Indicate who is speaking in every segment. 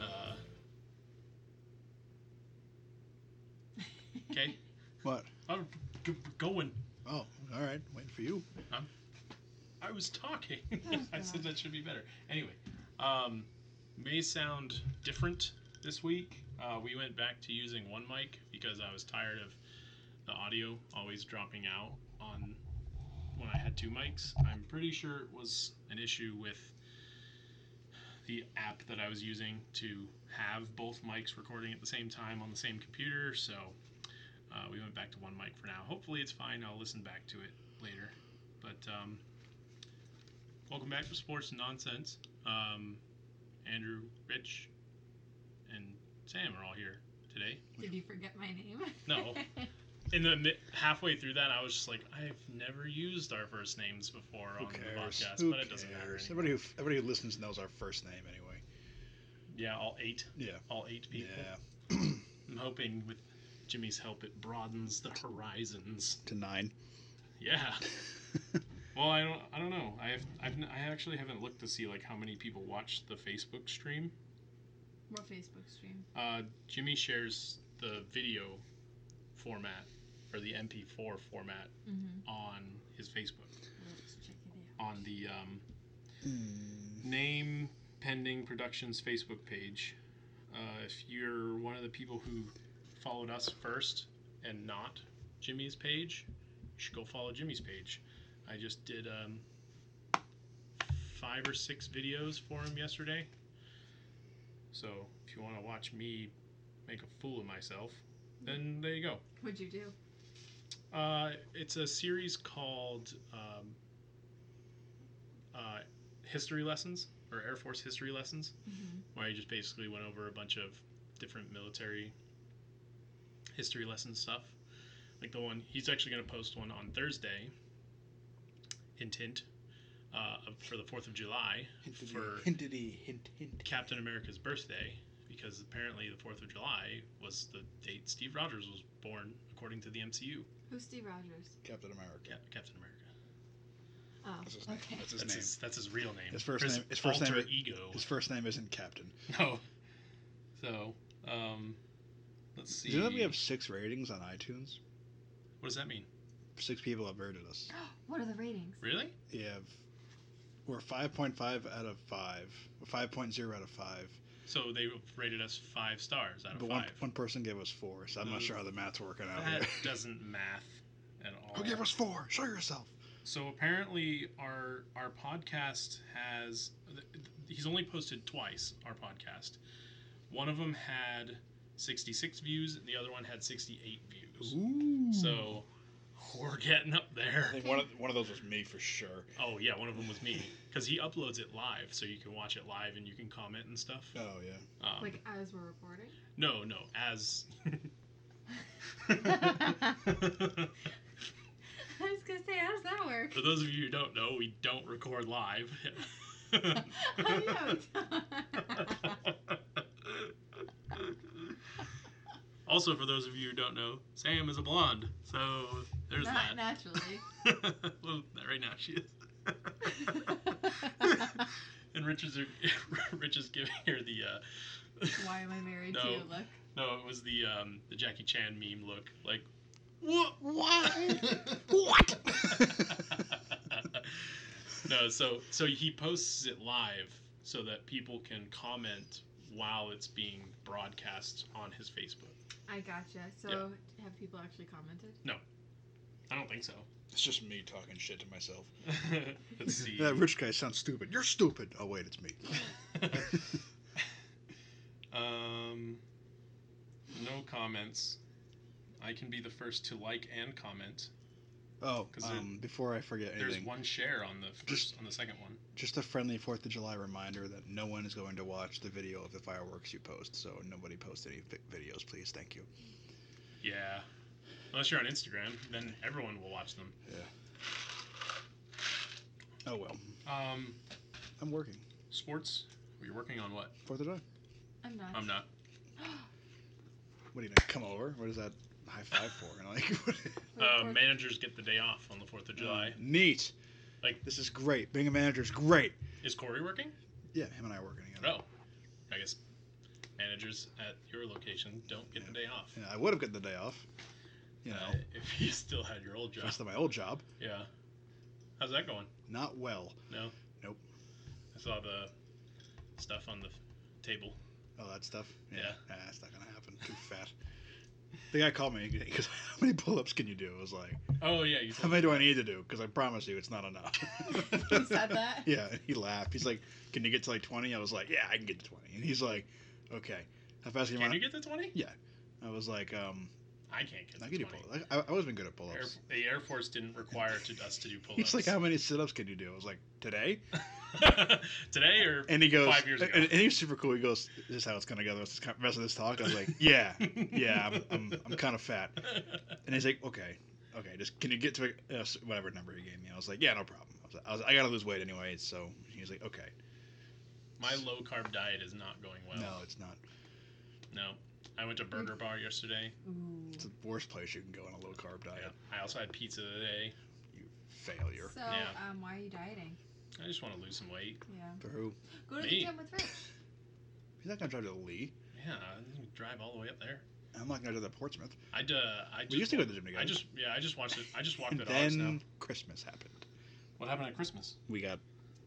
Speaker 1: Uh, Okay,
Speaker 2: What?
Speaker 1: I'm g- going.
Speaker 2: Oh, all right. Waiting for you.
Speaker 1: I was talking. I said that should be better. Anyway, um, may sound different this week. Uh, we went back to using one mic because I was tired of the audio always dropping out on when I had two mics. I'm pretty sure it was an issue with the app that I was using to have both mics recording at the same time on the same computer. So uh, we went back to one mic for now. Hopefully, it's fine. I'll listen back to it later. But um, Welcome back to Sports Nonsense. Um, Andrew, Rich, and Sam are all here today.
Speaker 3: Did you forget my name?
Speaker 1: No. In the mi- halfway through that, I was just like, I've never used our first names before
Speaker 2: Who
Speaker 1: on the
Speaker 2: cares?
Speaker 1: podcast,
Speaker 2: who
Speaker 1: but it
Speaker 2: cares?
Speaker 1: doesn't matter. anymore.
Speaker 2: Everybody who everybody who listens knows our first name anyway.
Speaker 1: Yeah, all eight,
Speaker 2: Yeah.
Speaker 1: all eight people.
Speaker 2: Yeah.
Speaker 1: I'm hoping with Jimmy's help, it broadens the horizons.
Speaker 2: To nine.
Speaker 1: Yeah. well, I don't, I don't know. I've, I've, n- I actually haven't looked to see like how many people watched the Facebook stream.
Speaker 3: More Facebook stream.
Speaker 1: Uh, Jimmy shares the video format or the MP4 format
Speaker 3: Mm-hmm.
Speaker 1: on his Facebook
Speaker 3: Let's check it out.
Speaker 1: on the um,
Speaker 2: Hmm.
Speaker 1: name pending productions Facebook page. Uh, if you're one of the people who followed us first and not Jimmy's page, you should go follow Jimmy's page. I just did um, five or six videos for him yesterday. So if you want to watch me make a fool of myself, then there you go.
Speaker 3: What'd you do?
Speaker 1: Uh, it's a series called um, uh, History Lessons or Air Force History Lessons,
Speaker 3: Mm-hmm.
Speaker 1: where I just basically went over a bunch of different military history lesson stuff. Like the one he's actually going to post one on Thursday. Hint, hint. Uh, for the Fourth of July, for
Speaker 2: hintity, hint, hint.
Speaker 1: Captain America's birthday, because apparently the Fourth of July was the date Steve Rogers was born, according to the MCU.
Speaker 3: Who's Steve Rogers?
Speaker 2: Captain America.
Speaker 1: Cap- Captain America.
Speaker 3: Oh,
Speaker 2: That's his name.
Speaker 3: okay.
Speaker 2: That's his
Speaker 1: That's
Speaker 2: name.
Speaker 1: his, that's his real name.
Speaker 2: His first
Speaker 1: Or
Speaker 2: name- his first name
Speaker 1: alter
Speaker 2: is-
Speaker 1: ego.
Speaker 2: His first name isn't Captain.
Speaker 1: No. So, um, let's see.
Speaker 2: Do you know that we have six ratings on iTunes?
Speaker 1: What does that mean?
Speaker 2: Six people have rated us.
Speaker 3: what are the ratings?
Speaker 1: Really?
Speaker 2: We have we're five point five out of five. Five point zero out of five.
Speaker 1: So they rated us five stars out of
Speaker 2: but one
Speaker 1: five.
Speaker 2: one person gave us four, so I'm not
Speaker 1: Mm.
Speaker 2: sure how the math's working out.
Speaker 1: that
Speaker 2: here.
Speaker 1: doesn't math at all.
Speaker 2: Who gave us four? Show yourself.
Speaker 1: So apparently, our our podcast has. th- th- He's only posted twice our podcast. One of them had 66 views, and the other one had 68 views.
Speaker 2: Ooh.
Speaker 1: So we're getting up there.
Speaker 2: I think one of one of those was me for sure.
Speaker 1: Oh yeah, one of them was me because he uploads it live, so you can watch it live and you can comment and stuff.
Speaker 2: Oh yeah.
Speaker 1: Um,
Speaker 3: Like as we're reporting?
Speaker 1: no, no, as
Speaker 3: I was gonna say, how does that work?
Speaker 1: for those of you who don't know, we don't record live.
Speaker 3: I know.
Speaker 1: also, for those of you who don't know, Sam is a blonde, so there's
Speaker 3: Not
Speaker 1: that.
Speaker 3: naturally.
Speaker 1: well, not right now she is. and Rich is Rich is giving her the. Uh,
Speaker 3: Why am I married to
Speaker 1: No.
Speaker 3: you? Look.
Speaker 1: No, it was the um, the Jackie Chan meme look. Like, what?
Speaker 2: What? what?
Speaker 1: no, so so he posts it live so that people can comment while it's being broadcast on his Facebook.
Speaker 3: I gotcha. So, have people actually commented?
Speaker 1: I don't think so.
Speaker 2: it's just me talking shit to myself.
Speaker 1: Let's see.
Speaker 2: That rich guy sounds stupid. You're stupid. Oh wait, it's me.
Speaker 1: um, no comments. I can be the first to like and comment.
Speaker 2: Oh,
Speaker 1: 'Cause there-
Speaker 2: um, before I forget
Speaker 1: There's
Speaker 2: anything,
Speaker 1: one share on the first on the second one.
Speaker 2: just a friendly Fourth of July reminder that no one is going to watch the video of the fireworks you post. So nobody post any vi- videos, please. Thank you.
Speaker 1: Yeah. Unless you're on Instagram, then everyone will watch them.
Speaker 2: Oh well,
Speaker 1: Um,
Speaker 2: I'm working.
Speaker 1: sports. We're working on what?
Speaker 2: Fourth of July.
Speaker 3: I'm not.
Speaker 1: I'm not.
Speaker 2: What are you gonna come over? What is that high five for? And like, what-
Speaker 1: Uh, managers get the day off on the Fourth of July.
Speaker 2: Mm, Neat.
Speaker 1: Like-
Speaker 2: this is great. Being a manager is great.
Speaker 1: Is Corey working?
Speaker 2: Yeah, him and I are working together.
Speaker 1: No. I guess managers at your location don't get the day off.
Speaker 2: Yeah, I would have gotten the day off. You know,
Speaker 1: Uh, if you still had your old job.
Speaker 2: just at my old job,
Speaker 1: Yeah. How's that going?
Speaker 2: not well.
Speaker 1: No.
Speaker 2: Nope.
Speaker 1: I saw the stuff on the table.
Speaker 2: All that stuff.
Speaker 1: Yeah.
Speaker 2: Nah, it's not gonna happen. Too fat. The guy called me because how many pull-ups can you do? I was like,
Speaker 1: Oh yeah, you
Speaker 2: how
Speaker 1: said
Speaker 2: many do I need to do? Because I promise you, it's not enough.
Speaker 3: He said that?
Speaker 2: Yeah, and he laughed. He's like, can you get to like 20? I was like, yeah, I can get to 20. And he's like, okay. How fast can you
Speaker 1: Can you
Speaker 2: run?
Speaker 1: get to twenty?
Speaker 2: I was like, um,
Speaker 1: I can't get
Speaker 2: I
Speaker 1: to
Speaker 2: can do
Speaker 1: twenty.
Speaker 2: pull-ups. I, I've always been good at
Speaker 1: Air,
Speaker 2: pull-ups.
Speaker 1: the Air Force didn't require to, us to do pull-ups.
Speaker 2: He's like, how many sit-ups can you do? I was like, today?
Speaker 1: today or
Speaker 2: And he goes,
Speaker 1: Five years ago.
Speaker 2: And, and he's super cool. He goes, this is how it's going to go the rest of this- rest of this talk. I was like, yeah, yeah, I'm, I'm, I'm kind of fat. And he's like, okay, okay, just can you get to a, uh, s- whatever number he gave me? I was like, yeah, no problem. I was, like- I, was, I gotta lose weight anyway, so he's like, okay,
Speaker 1: My low carb diet is not going well.
Speaker 2: no, it's not.
Speaker 1: No. I went to Burger Bar yesterday.
Speaker 3: Ooh.
Speaker 2: It's the worst place you can go on a low carb diet.
Speaker 1: I also had pizza today.
Speaker 2: You failure.
Speaker 3: So,
Speaker 1: Yeah.
Speaker 3: um, why are you dieting?
Speaker 1: I just want to lose some weight.
Speaker 3: Yeah.
Speaker 2: For who?
Speaker 3: Go to
Speaker 1: Me.
Speaker 3: the gym with Rich.
Speaker 2: He's not gonna drive to Lee.
Speaker 1: Yeah, I didn't drive all the way up there.
Speaker 2: I'm not gonna drive to Portsmouth.
Speaker 1: I uh, I just,
Speaker 2: We used to go to the gym together.
Speaker 1: I just yeah, I just watched it. I just walked
Speaker 2: and
Speaker 1: the dogs now.
Speaker 2: then Christmas happened.
Speaker 1: What happened at Christmas?
Speaker 2: We got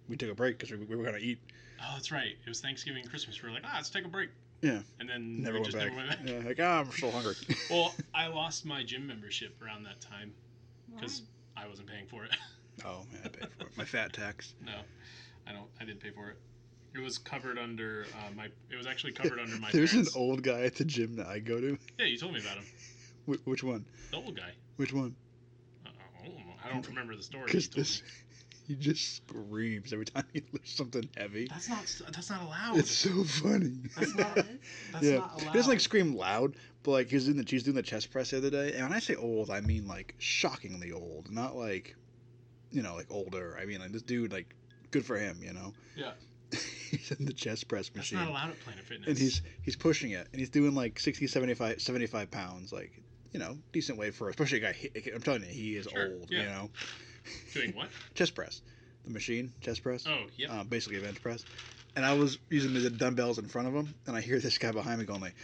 Speaker 2: we took a break because we, we were gonna eat.
Speaker 1: Oh, that's right. It was Thanksgiving and Christmas. We were like, ah, let's take a break.
Speaker 2: Yeah.
Speaker 1: And then
Speaker 2: Never
Speaker 1: we
Speaker 2: went
Speaker 1: just
Speaker 2: back.
Speaker 1: never went back.
Speaker 2: Yeah, like ah, I'm so hungry.
Speaker 1: Well, I lost my gym membership around that time
Speaker 3: Why?
Speaker 1: because I wasn't paying for it.
Speaker 2: oh man, I paid for it. My fat tax.
Speaker 1: no, I don't. I didn't pay for it. It was covered under uh, my. It was actually covered under my.
Speaker 2: There's
Speaker 1: parents.
Speaker 2: an old guy at the gym that I go to.
Speaker 1: Yeah, you told me about him.
Speaker 2: Wh- which one?
Speaker 1: The old guy.
Speaker 2: Which one?
Speaker 1: I I don't, know. I don't remember the story. You
Speaker 2: Because
Speaker 1: told
Speaker 2: this,
Speaker 1: me.
Speaker 2: he just screams every time he lifts something heavy.
Speaker 1: That's not. That's not allowed.
Speaker 2: It's so funny.
Speaker 1: Oh. That's
Speaker 3: Yes.
Speaker 1: not- that's
Speaker 2: yeah.
Speaker 1: not allowed.
Speaker 2: He doesn't like scream loud, but like he was doing the he's doing the chest press the other day, and when I say old, I mean like shockingly old, not like, you know, like older. I mean like this dude, like, good for him, you know.
Speaker 1: Yeah.
Speaker 2: he's in the chest press
Speaker 1: That's
Speaker 2: machine,
Speaker 1: not allowed at Planet Fitness.
Speaker 2: and he's he's pushing it, and he's doing like 60, 75, 75 pounds, like you know, decent weight for especially a guy. he- I'm telling you, he is
Speaker 1: Sure,
Speaker 2: old,
Speaker 1: yeah.
Speaker 2: you know.
Speaker 1: doing what?
Speaker 2: Chest press, the machine chest press
Speaker 1: Oh, yep.
Speaker 2: uh, basically a bench press. And I was using the dumbbells in front of him, and I hear this guy behind me going like,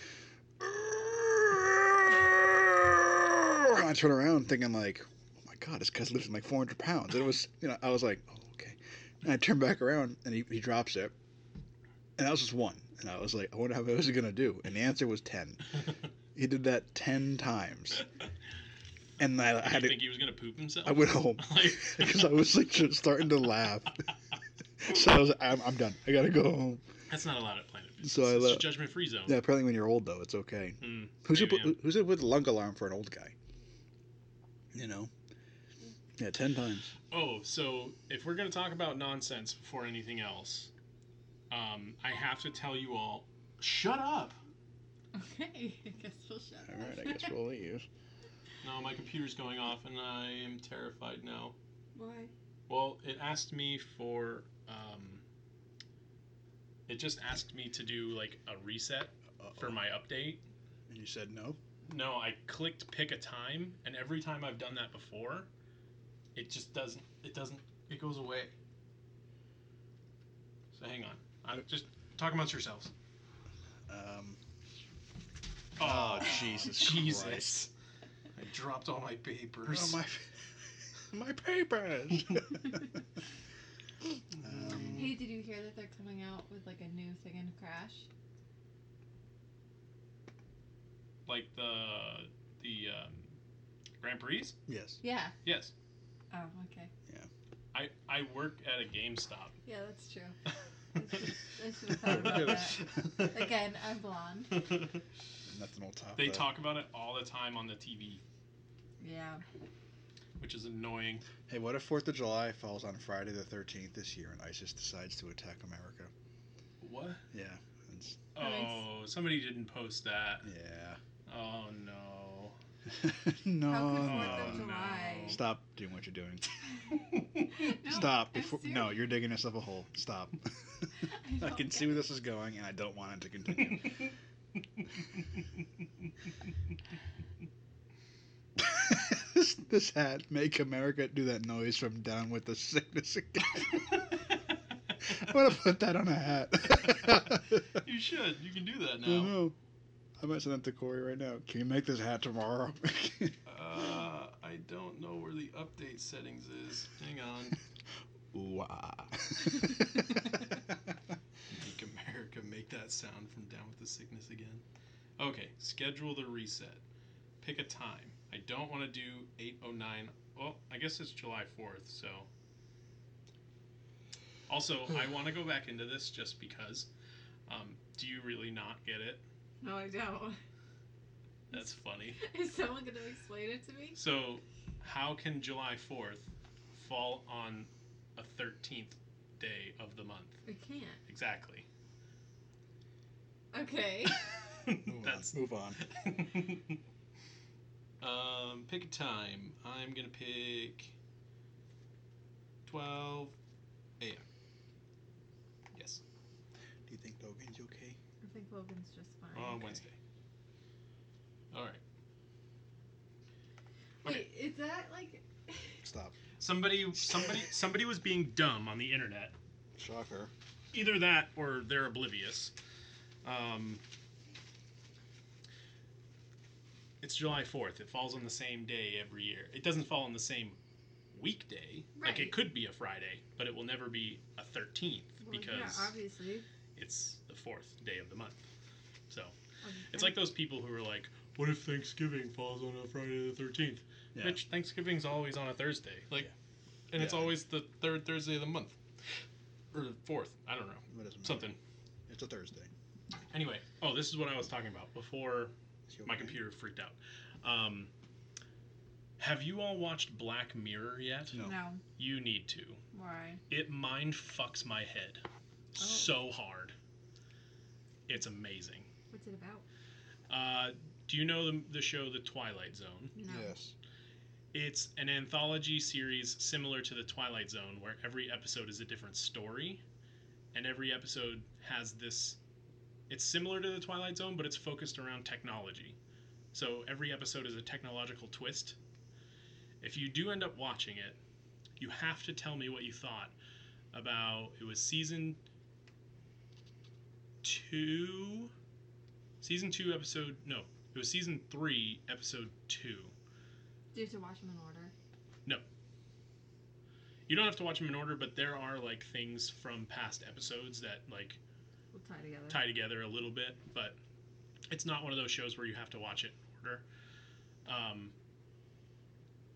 Speaker 2: and I turn around thinking like, oh my god, this guy's lifting like 400 pounds. And it was, you know, I was like, oh okay. And I turn back around, and he, he drops it, and that was just one. And I was like, I wonder how many was he gonna do? And the answer was 10. he did that 10 times, and I, I
Speaker 1: I
Speaker 2: had to,
Speaker 1: think he was gonna poop himself.
Speaker 2: I went home
Speaker 1: Like-
Speaker 2: because I was like just starting to laugh. so I was, like, I'm, I'm done. I gotta go home.
Speaker 1: That's not allowed at Planet Fitness.
Speaker 2: So I
Speaker 1: it's a
Speaker 2: let-
Speaker 1: judgment free zone.
Speaker 2: Yeah, apparently when you're old though, it's okay.
Speaker 1: Mm,
Speaker 2: Who's it?
Speaker 1: maybe I'm-
Speaker 2: put- Who's it with lung alarm for an old guy? You know. Yeah, ten times.
Speaker 1: Oh, so if we're going to talk about nonsense before anything else, um, I have to tell you all shut up.
Speaker 3: Okay, I guess we'll shut up.
Speaker 2: All right, I guess we'll leave.
Speaker 1: No, my computer's going off and I am terrified now.
Speaker 3: Why?
Speaker 1: Well, it asked me for. Um, it just asked me to do like a reset for my update.
Speaker 2: and you said no.
Speaker 1: No, I clicked pick a time, and every time I've done that before, it just doesn't. It doesn't. It goes away. So hang on. I'm just talk amongst yourselves.
Speaker 2: Um,
Speaker 1: Oh,
Speaker 2: Oh, Jesus
Speaker 1: Jesus!
Speaker 2: Christ.
Speaker 1: I dropped all my papers.
Speaker 2: oh, my, my papers. um,
Speaker 3: Hey, did you hear that they're coming out with like a new thing in Crash?
Speaker 1: Like the the um, Grand Prix?
Speaker 2: yes.
Speaker 3: Yeah.
Speaker 1: Yes.
Speaker 3: Oh, okay.
Speaker 1: I I work at a GameStop.
Speaker 3: Yeah, that's true. I should have thought about that. Again, I'm blonde.
Speaker 2: Nothing will top.
Speaker 1: they
Speaker 2: that.
Speaker 1: talk about it all the time on the TV,
Speaker 3: Yeah.
Speaker 1: which is annoying.
Speaker 2: Hey, what if Fourth of July falls on Friday the thirteenth this year, and ISIS decides to attack America?
Speaker 1: What?
Speaker 2: Yeah. It's,
Speaker 1: Oh, somebody didn't post that.
Speaker 2: yeah.
Speaker 1: Oh no.
Speaker 2: Oh, no. Um,
Speaker 3: How could
Speaker 1: no,
Speaker 3: Fourth of
Speaker 1: no.
Speaker 3: July?
Speaker 2: Stop doing what you're doing.
Speaker 3: No,
Speaker 2: Stop.
Speaker 3: I'm
Speaker 2: Before, no,
Speaker 3: serious.
Speaker 2: you're digging yourself a hole. Stop. I
Speaker 3: don't
Speaker 2: can see
Speaker 3: get
Speaker 2: where
Speaker 3: it.
Speaker 2: this is going, and I don't want it to continue. this, this hat, make America do that noise from down with the sickness again. I'm going to put that on a hat.
Speaker 1: you should. You can do that
Speaker 2: I
Speaker 1: now.
Speaker 2: know. I might send that to Corey right now. Can you make this hat tomorrow?
Speaker 1: Uh, Uh, I don't know where the update settings is. Hang on.
Speaker 2: Ooh, ah.
Speaker 1: Make America make that sound from Down with the Sickness again. Okay, schedule the reset. Pick a time. I don't want to do 809. Well, I guess it's July 4th, so. Also, I want to go back into this just because. Um, do you really not get it?
Speaker 3: No, I don't.
Speaker 1: That's funny.
Speaker 3: Is someone going to explain it to me?
Speaker 1: So, how can July 4th fall on a 13th day of the month?
Speaker 3: I can't.
Speaker 1: Exactly.
Speaker 3: Okay.
Speaker 2: Move on,
Speaker 1: That's
Speaker 2: move on.
Speaker 1: um, pick a time. I'm gonna pick twelve a.m. Yes,
Speaker 2: Do you think Logan's okay?
Speaker 3: I think Logan's just fine.
Speaker 1: on
Speaker 2: Oh, Okay.
Speaker 1: Wednesday. All right.
Speaker 3: Wait, is that like.
Speaker 2: Stop.
Speaker 1: Somebody, somebody, somebody was being dumb on the internet.
Speaker 2: Shocker.
Speaker 1: Either that, or they're oblivious. Um, it's July Fourth. It falls on the same day every year. It doesn't fall on the same weekday. Like
Speaker 3: Right.
Speaker 1: it could be a Friday, but it will never be a thirteenth
Speaker 3: Well,
Speaker 1: because
Speaker 3: Yeah, obviously.
Speaker 1: it's the fourth day of the month. So
Speaker 3: Um,
Speaker 1: it's like those people who are like, "What if Thanksgiving falls on a Friday the thirteenth?
Speaker 2: Yeah.
Speaker 1: Bitch, Thanksgiving's always on a Thursday. Like,
Speaker 2: Yeah.
Speaker 1: and it's
Speaker 2: Yeah.
Speaker 1: always the third Thursday of the month, or the fourth. I don't know,
Speaker 2: It doesn't matter.
Speaker 1: something.
Speaker 2: It's a Thursday.
Speaker 1: Anyway, oh, this is what I was talking about before
Speaker 2: Is he
Speaker 1: my
Speaker 2: okay?
Speaker 1: computer freaked out. Um, have you all watched Black Mirror yet?
Speaker 2: No.
Speaker 3: No.
Speaker 1: You need to.
Speaker 3: Why?
Speaker 1: It mind fucks my head so hard. It's amazing.
Speaker 3: What's it about?
Speaker 1: Uh, do you know the, the show The Twilight Zone?
Speaker 3: No.
Speaker 2: Yes.
Speaker 1: It's an anthology series similar to The Twilight Zone, where every episode is a different story, and every episode has this. It's similar to The Twilight Zone, but it's focused around technology. So every episode is a technological twist. If you do end up watching it, you have to tell me what you thought about it was season 2 season 2 episode no it was season 3 episode 2
Speaker 3: Do you have to watch them in order?
Speaker 1: you don't have to watch them in order, but there are like things from past episodes that like
Speaker 3: We'll tie together.
Speaker 1: tie together a little bit, but it's not one of those shows where you have to watch it in order. Um,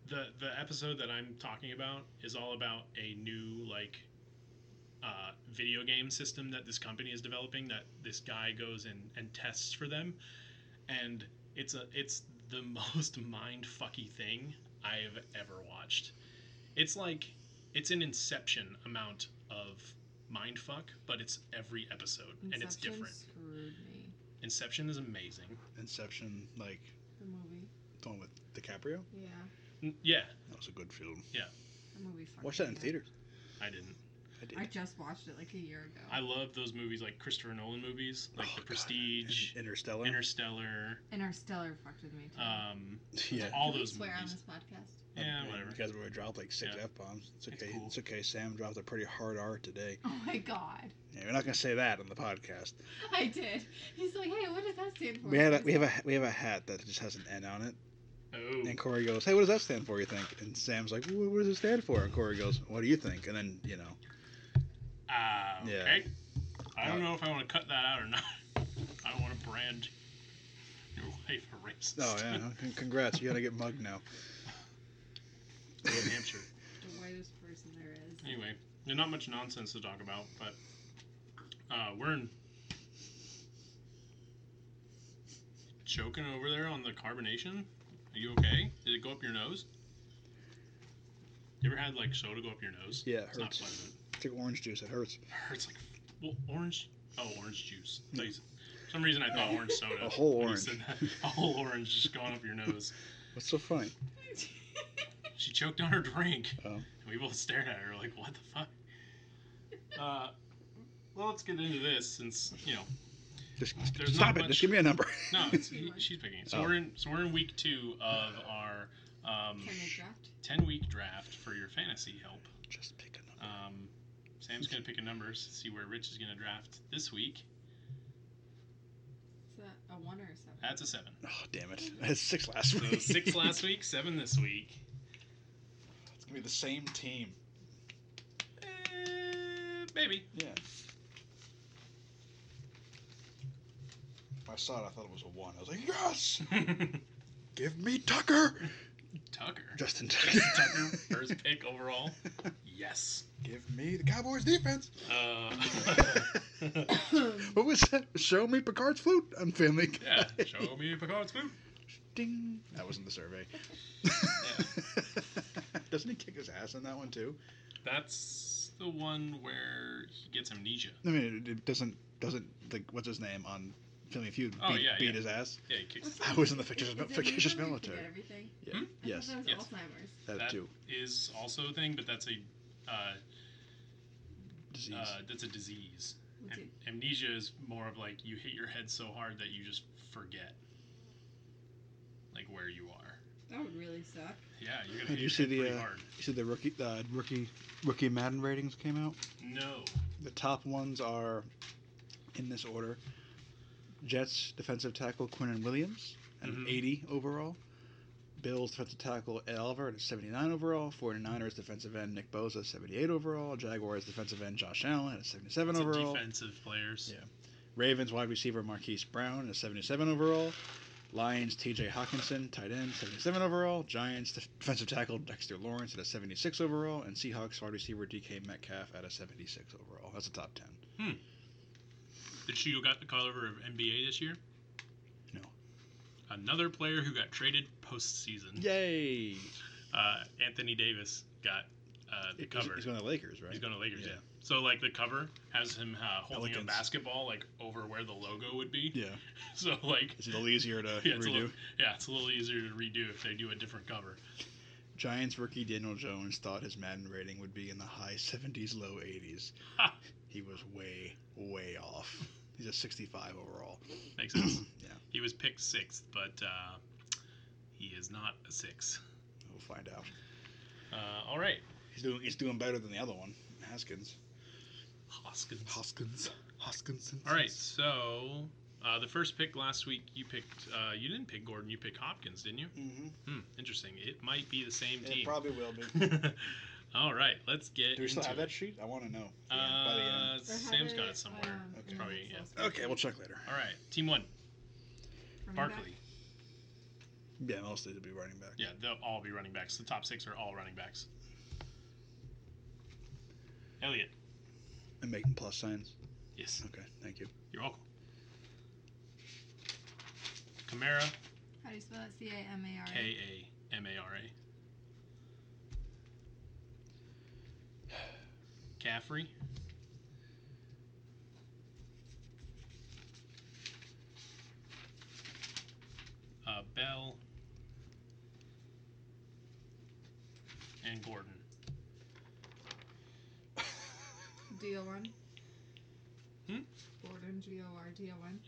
Speaker 1: the the episode that I'm talking about is all about a new like uh, video game system that this company is developing that this guy goes and and tests for them, and it's a it's the most mind fucky thing I have ever watched. It's like it's an Inception amount of mind fuck, but it's every episode and it's
Speaker 3: Inception
Speaker 1: different.
Speaker 3: Screwed me.
Speaker 1: Inception is amazing.
Speaker 2: Inception, like
Speaker 3: The movie.
Speaker 2: the one with DiCaprio.
Speaker 3: Yeah.
Speaker 1: N- Yeah,
Speaker 2: That was a good film.
Speaker 3: The movie. fucked
Speaker 2: Watch that
Speaker 3: me
Speaker 2: in
Speaker 3: up.
Speaker 2: theaters.
Speaker 1: I didn't.
Speaker 2: I did.
Speaker 3: I just watched it like a year ago.
Speaker 1: I love those movies like Christopher Nolan movies, like
Speaker 2: Oh,
Speaker 1: The
Speaker 2: God.
Speaker 1: Prestige,
Speaker 2: In- Interstellar.
Speaker 1: Interstellar,
Speaker 3: Interstellar fucked with me too.
Speaker 1: um,
Speaker 2: yeah.
Speaker 1: all
Speaker 3: Can we
Speaker 1: those
Speaker 3: swear on
Speaker 1: movies.
Speaker 3: this podcast.
Speaker 1: Yeah,
Speaker 2: Um,
Speaker 1: whatever.
Speaker 2: Because we were dropped like six
Speaker 1: Yeah.
Speaker 2: f bombs. It's
Speaker 1: It's
Speaker 2: okay. It's,
Speaker 1: cool.
Speaker 2: okay. Sam dropped a pretty hard R today.
Speaker 3: Oh my god,
Speaker 2: Yeah, we're not gonna say that on the podcast.
Speaker 3: I did. He's like, hey, what does that stand for?
Speaker 2: We had a,
Speaker 3: It's
Speaker 2: we have a we have a hat that just has an N on it,
Speaker 1: Oh,
Speaker 2: and Corey goes, "Hey, what does that stand for? You think?" And Sam's like, "Wh- "What does it stand for?" And Corey goes, "What do you think?" And then you know,
Speaker 1: ah,
Speaker 2: Yeah. Uh,
Speaker 1: okay. I don't know if I want to cut that out or not. I don't want to brand your wife a racist.
Speaker 2: oh yeah, con- congrats, you gotta get mugged now.
Speaker 1: New Hampshire.
Speaker 3: the whitest person there is.
Speaker 1: Anyway, there's not much nonsense to talk about, but uh, we're in. Choking over there on the carbonation. Are you okay? Did it go up your nose? You ever had like soda go up your nose?
Speaker 2: Yeah, it
Speaker 1: It's not
Speaker 2: hurts.
Speaker 1: pleasant.
Speaker 2: It's like orange juice. It hurts.
Speaker 1: It hurts like well, orange. Oh, orange juice. I thought you said- For some reason, I thought orange soda.
Speaker 2: A whole
Speaker 1: when you
Speaker 2: orange.
Speaker 1: said that. a whole orange just going up your nose.
Speaker 2: What's so funny?
Speaker 1: She choked on her drink.
Speaker 2: Oh.
Speaker 1: And we both stared at her like, what the fuck? Uh, well, let's get into this since, you know,
Speaker 2: Just
Speaker 1: There's
Speaker 2: stop
Speaker 1: not
Speaker 2: it.
Speaker 1: much-
Speaker 2: Just give me a number.
Speaker 1: no, it's,
Speaker 3: Pretty much.
Speaker 1: she's picking it. So,
Speaker 2: Oh.
Speaker 1: we're in, so we're in week two of our um,
Speaker 3: Can they draft?
Speaker 1: 10 week draft for your fantasy help.
Speaker 2: Just pick a number.
Speaker 1: Um, Sam's going to pick a number, see where Rich is going to draft this week.
Speaker 3: that? A one or a seven?
Speaker 1: That's a seven.
Speaker 2: Oh, damn it. I had six last
Speaker 1: Uh, So
Speaker 2: week.
Speaker 1: six last week, seven this week.
Speaker 2: It's going to be the same team.
Speaker 1: Eh, maybe.
Speaker 2: Yeah. When I saw it, I thought it was a one. I was like, yes! Give me Tucker!
Speaker 1: Tucker.
Speaker 2: Justin Tucker.
Speaker 1: Tucker, first pick overall. Yes.
Speaker 2: Give me the Cowboys defense.
Speaker 1: Uh,
Speaker 2: What was that? Show me Picard's flute. I'm feeling.
Speaker 1: yeah, show me Picard's food.
Speaker 2: Ding. That wasn't the survey. Doesn't he kick his ass in that one too?
Speaker 1: That's the one where he gets amnesia.
Speaker 2: I mean, it, it doesn't doesn't like what's his name on Family Feud beat,
Speaker 1: Oh, yeah,
Speaker 2: beat
Speaker 1: yeah.
Speaker 2: his ass.
Speaker 1: Yeah, he kicks.
Speaker 2: I was in the fictitious,
Speaker 3: Is it
Speaker 2: fictitious
Speaker 3: really
Speaker 2: military.
Speaker 3: forget Everything?
Speaker 2: Yeah.
Speaker 1: Hmm?
Speaker 3: I
Speaker 2: Yes,
Speaker 3: thought that
Speaker 1: Yes.
Speaker 3: was Alzheimer's.
Speaker 2: that,
Speaker 1: That
Speaker 2: too.
Speaker 1: is also a thing, but that's a uh,
Speaker 2: Disease.
Speaker 1: uh, that's a disease.
Speaker 3: We
Speaker 1: Am-
Speaker 3: did-
Speaker 1: amnesia is more of like you hit your head so hard that you just forget, like where you are.
Speaker 3: That would really suck.
Speaker 1: Yeah, you're gonna
Speaker 2: Did
Speaker 1: hit
Speaker 2: you
Speaker 1: your
Speaker 2: see
Speaker 1: head
Speaker 2: the,
Speaker 1: pretty
Speaker 2: uh,
Speaker 1: hard.
Speaker 2: you see the rookie the rookie rookie Madden ratings came out.
Speaker 1: No.
Speaker 2: The top ones are in this order: Jets defensive tackle Quinnen Williams at an
Speaker 1: Mhm.
Speaker 2: 80 overall. Bills defensive tackle Ed Oliver at 79 overall. 49ers defensive end Nick Bosa 78 overall. Jaguars defensive end Josh Allen at 77
Speaker 1: It's a
Speaker 2: overall.
Speaker 1: defensive players.
Speaker 2: Yeah. Ravens wide receiver Marquise Brown at 77 overall. Lions T.J. Hawkinson, tight end, 77 overall. Giants def- defensive tackle Dexter Lawrence at a 76 overall, and Seahawks wide receiver D.K. Metcalf at a 76 overall. That's the top 10.
Speaker 1: Did she who got the cover of NBA this year?
Speaker 2: No.
Speaker 1: Another player who got traded postseason.
Speaker 2: Yay!
Speaker 1: Uh, Anthony Davis got uh, the
Speaker 2: He's-
Speaker 1: cover.
Speaker 2: He's going to the Lakers, right?
Speaker 1: He's going to Lakers. Yeah.
Speaker 2: Yeah.
Speaker 1: So like the cover has him uh, holding a
Speaker 2: Pelicans.
Speaker 1: basketball like over where the logo would be.
Speaker 2: yeah.
Speaker 1: So like
Speaker 2: It's a little easier to
Speaker 1: yeah, it's a
Speaker 2: redo.
Speaker 1: little, yeah, it's a little easier to redo if they do a different cover.
Speaker 2: Giants rookie Daniel Jones thought his Madden rating would be in the high 70s, low 80s.
Speaker 1: Ha!
Speaker 2: He was way, way off. He's a 65 overall.
Speaker 1: Makes sense.
Speaker 2: Yeah.
Speaker 1: He was picked sixth, but uh, he is not a six.
Speaker 2: We'll find out.
Speaker 1: Uh, all right,
Speaker 2: He's doing he's doing better than the other one, Haskins.
Speaker 1: Hoskins.
Speaker 2: Hoskins. Hoskins.
Speaker 1: All right, so uh, the first pick last week, you picked. Uh, you didn't pick Gordon. You picked Hopkins, didn't you?
Speaker 2: Mm-hmm.
Speaker 1: Hmm, interesting. It might be the same
Speaker 2: It
Speaker 1: team.
Speaker 2: probably will be.
Speaker 1: All right, let's get.
Speaker 2: Do we still
Speaker 1: into
Speaker 2: have
Speaker 1: it.
Speaker 2: that sheet? I want to know.
Speaker 1: Uh,
Speaker 2: Yeah, by the end.
Speaker 3: Or
Speaker 1: Sam's
Speaker 3: had
Speaker 1: got
Speaker 3: it,
Speaker 1: it somewhere.
Speaker 3: um,
Speaker 2: Okay.
Speaker 3: in
Speaker 1: Probably,
Speaker 3: Excel
Speaker 1: yeah.
Speaker 3: spreadsheet.
Speaker 2: Okay, we'll check later.
Speaker 1: All right, team one,
Speaker 3: Running back?
Speaker 1: Barkley.
Speaker 2: Yeah, mostly to be running back.
Speaker 1: Yeah, they'll all be running backs. The top six are all running backs. Elliot.
Speaker 2: I'm making plus signs.
Speaker 1: Yes,
Speaker 2: Okay, thank you.
Speaker 1: you're welcome. Camara,
Speaker 3: How do you spell it? C A M A R.
Speaker 1: K A M A R A. Caffrey. Uh, Bell. And Gordon.
Speaker 3: D O one.
Speaker 1: Hmm?
Speaker 3: Gordon G O R D O one.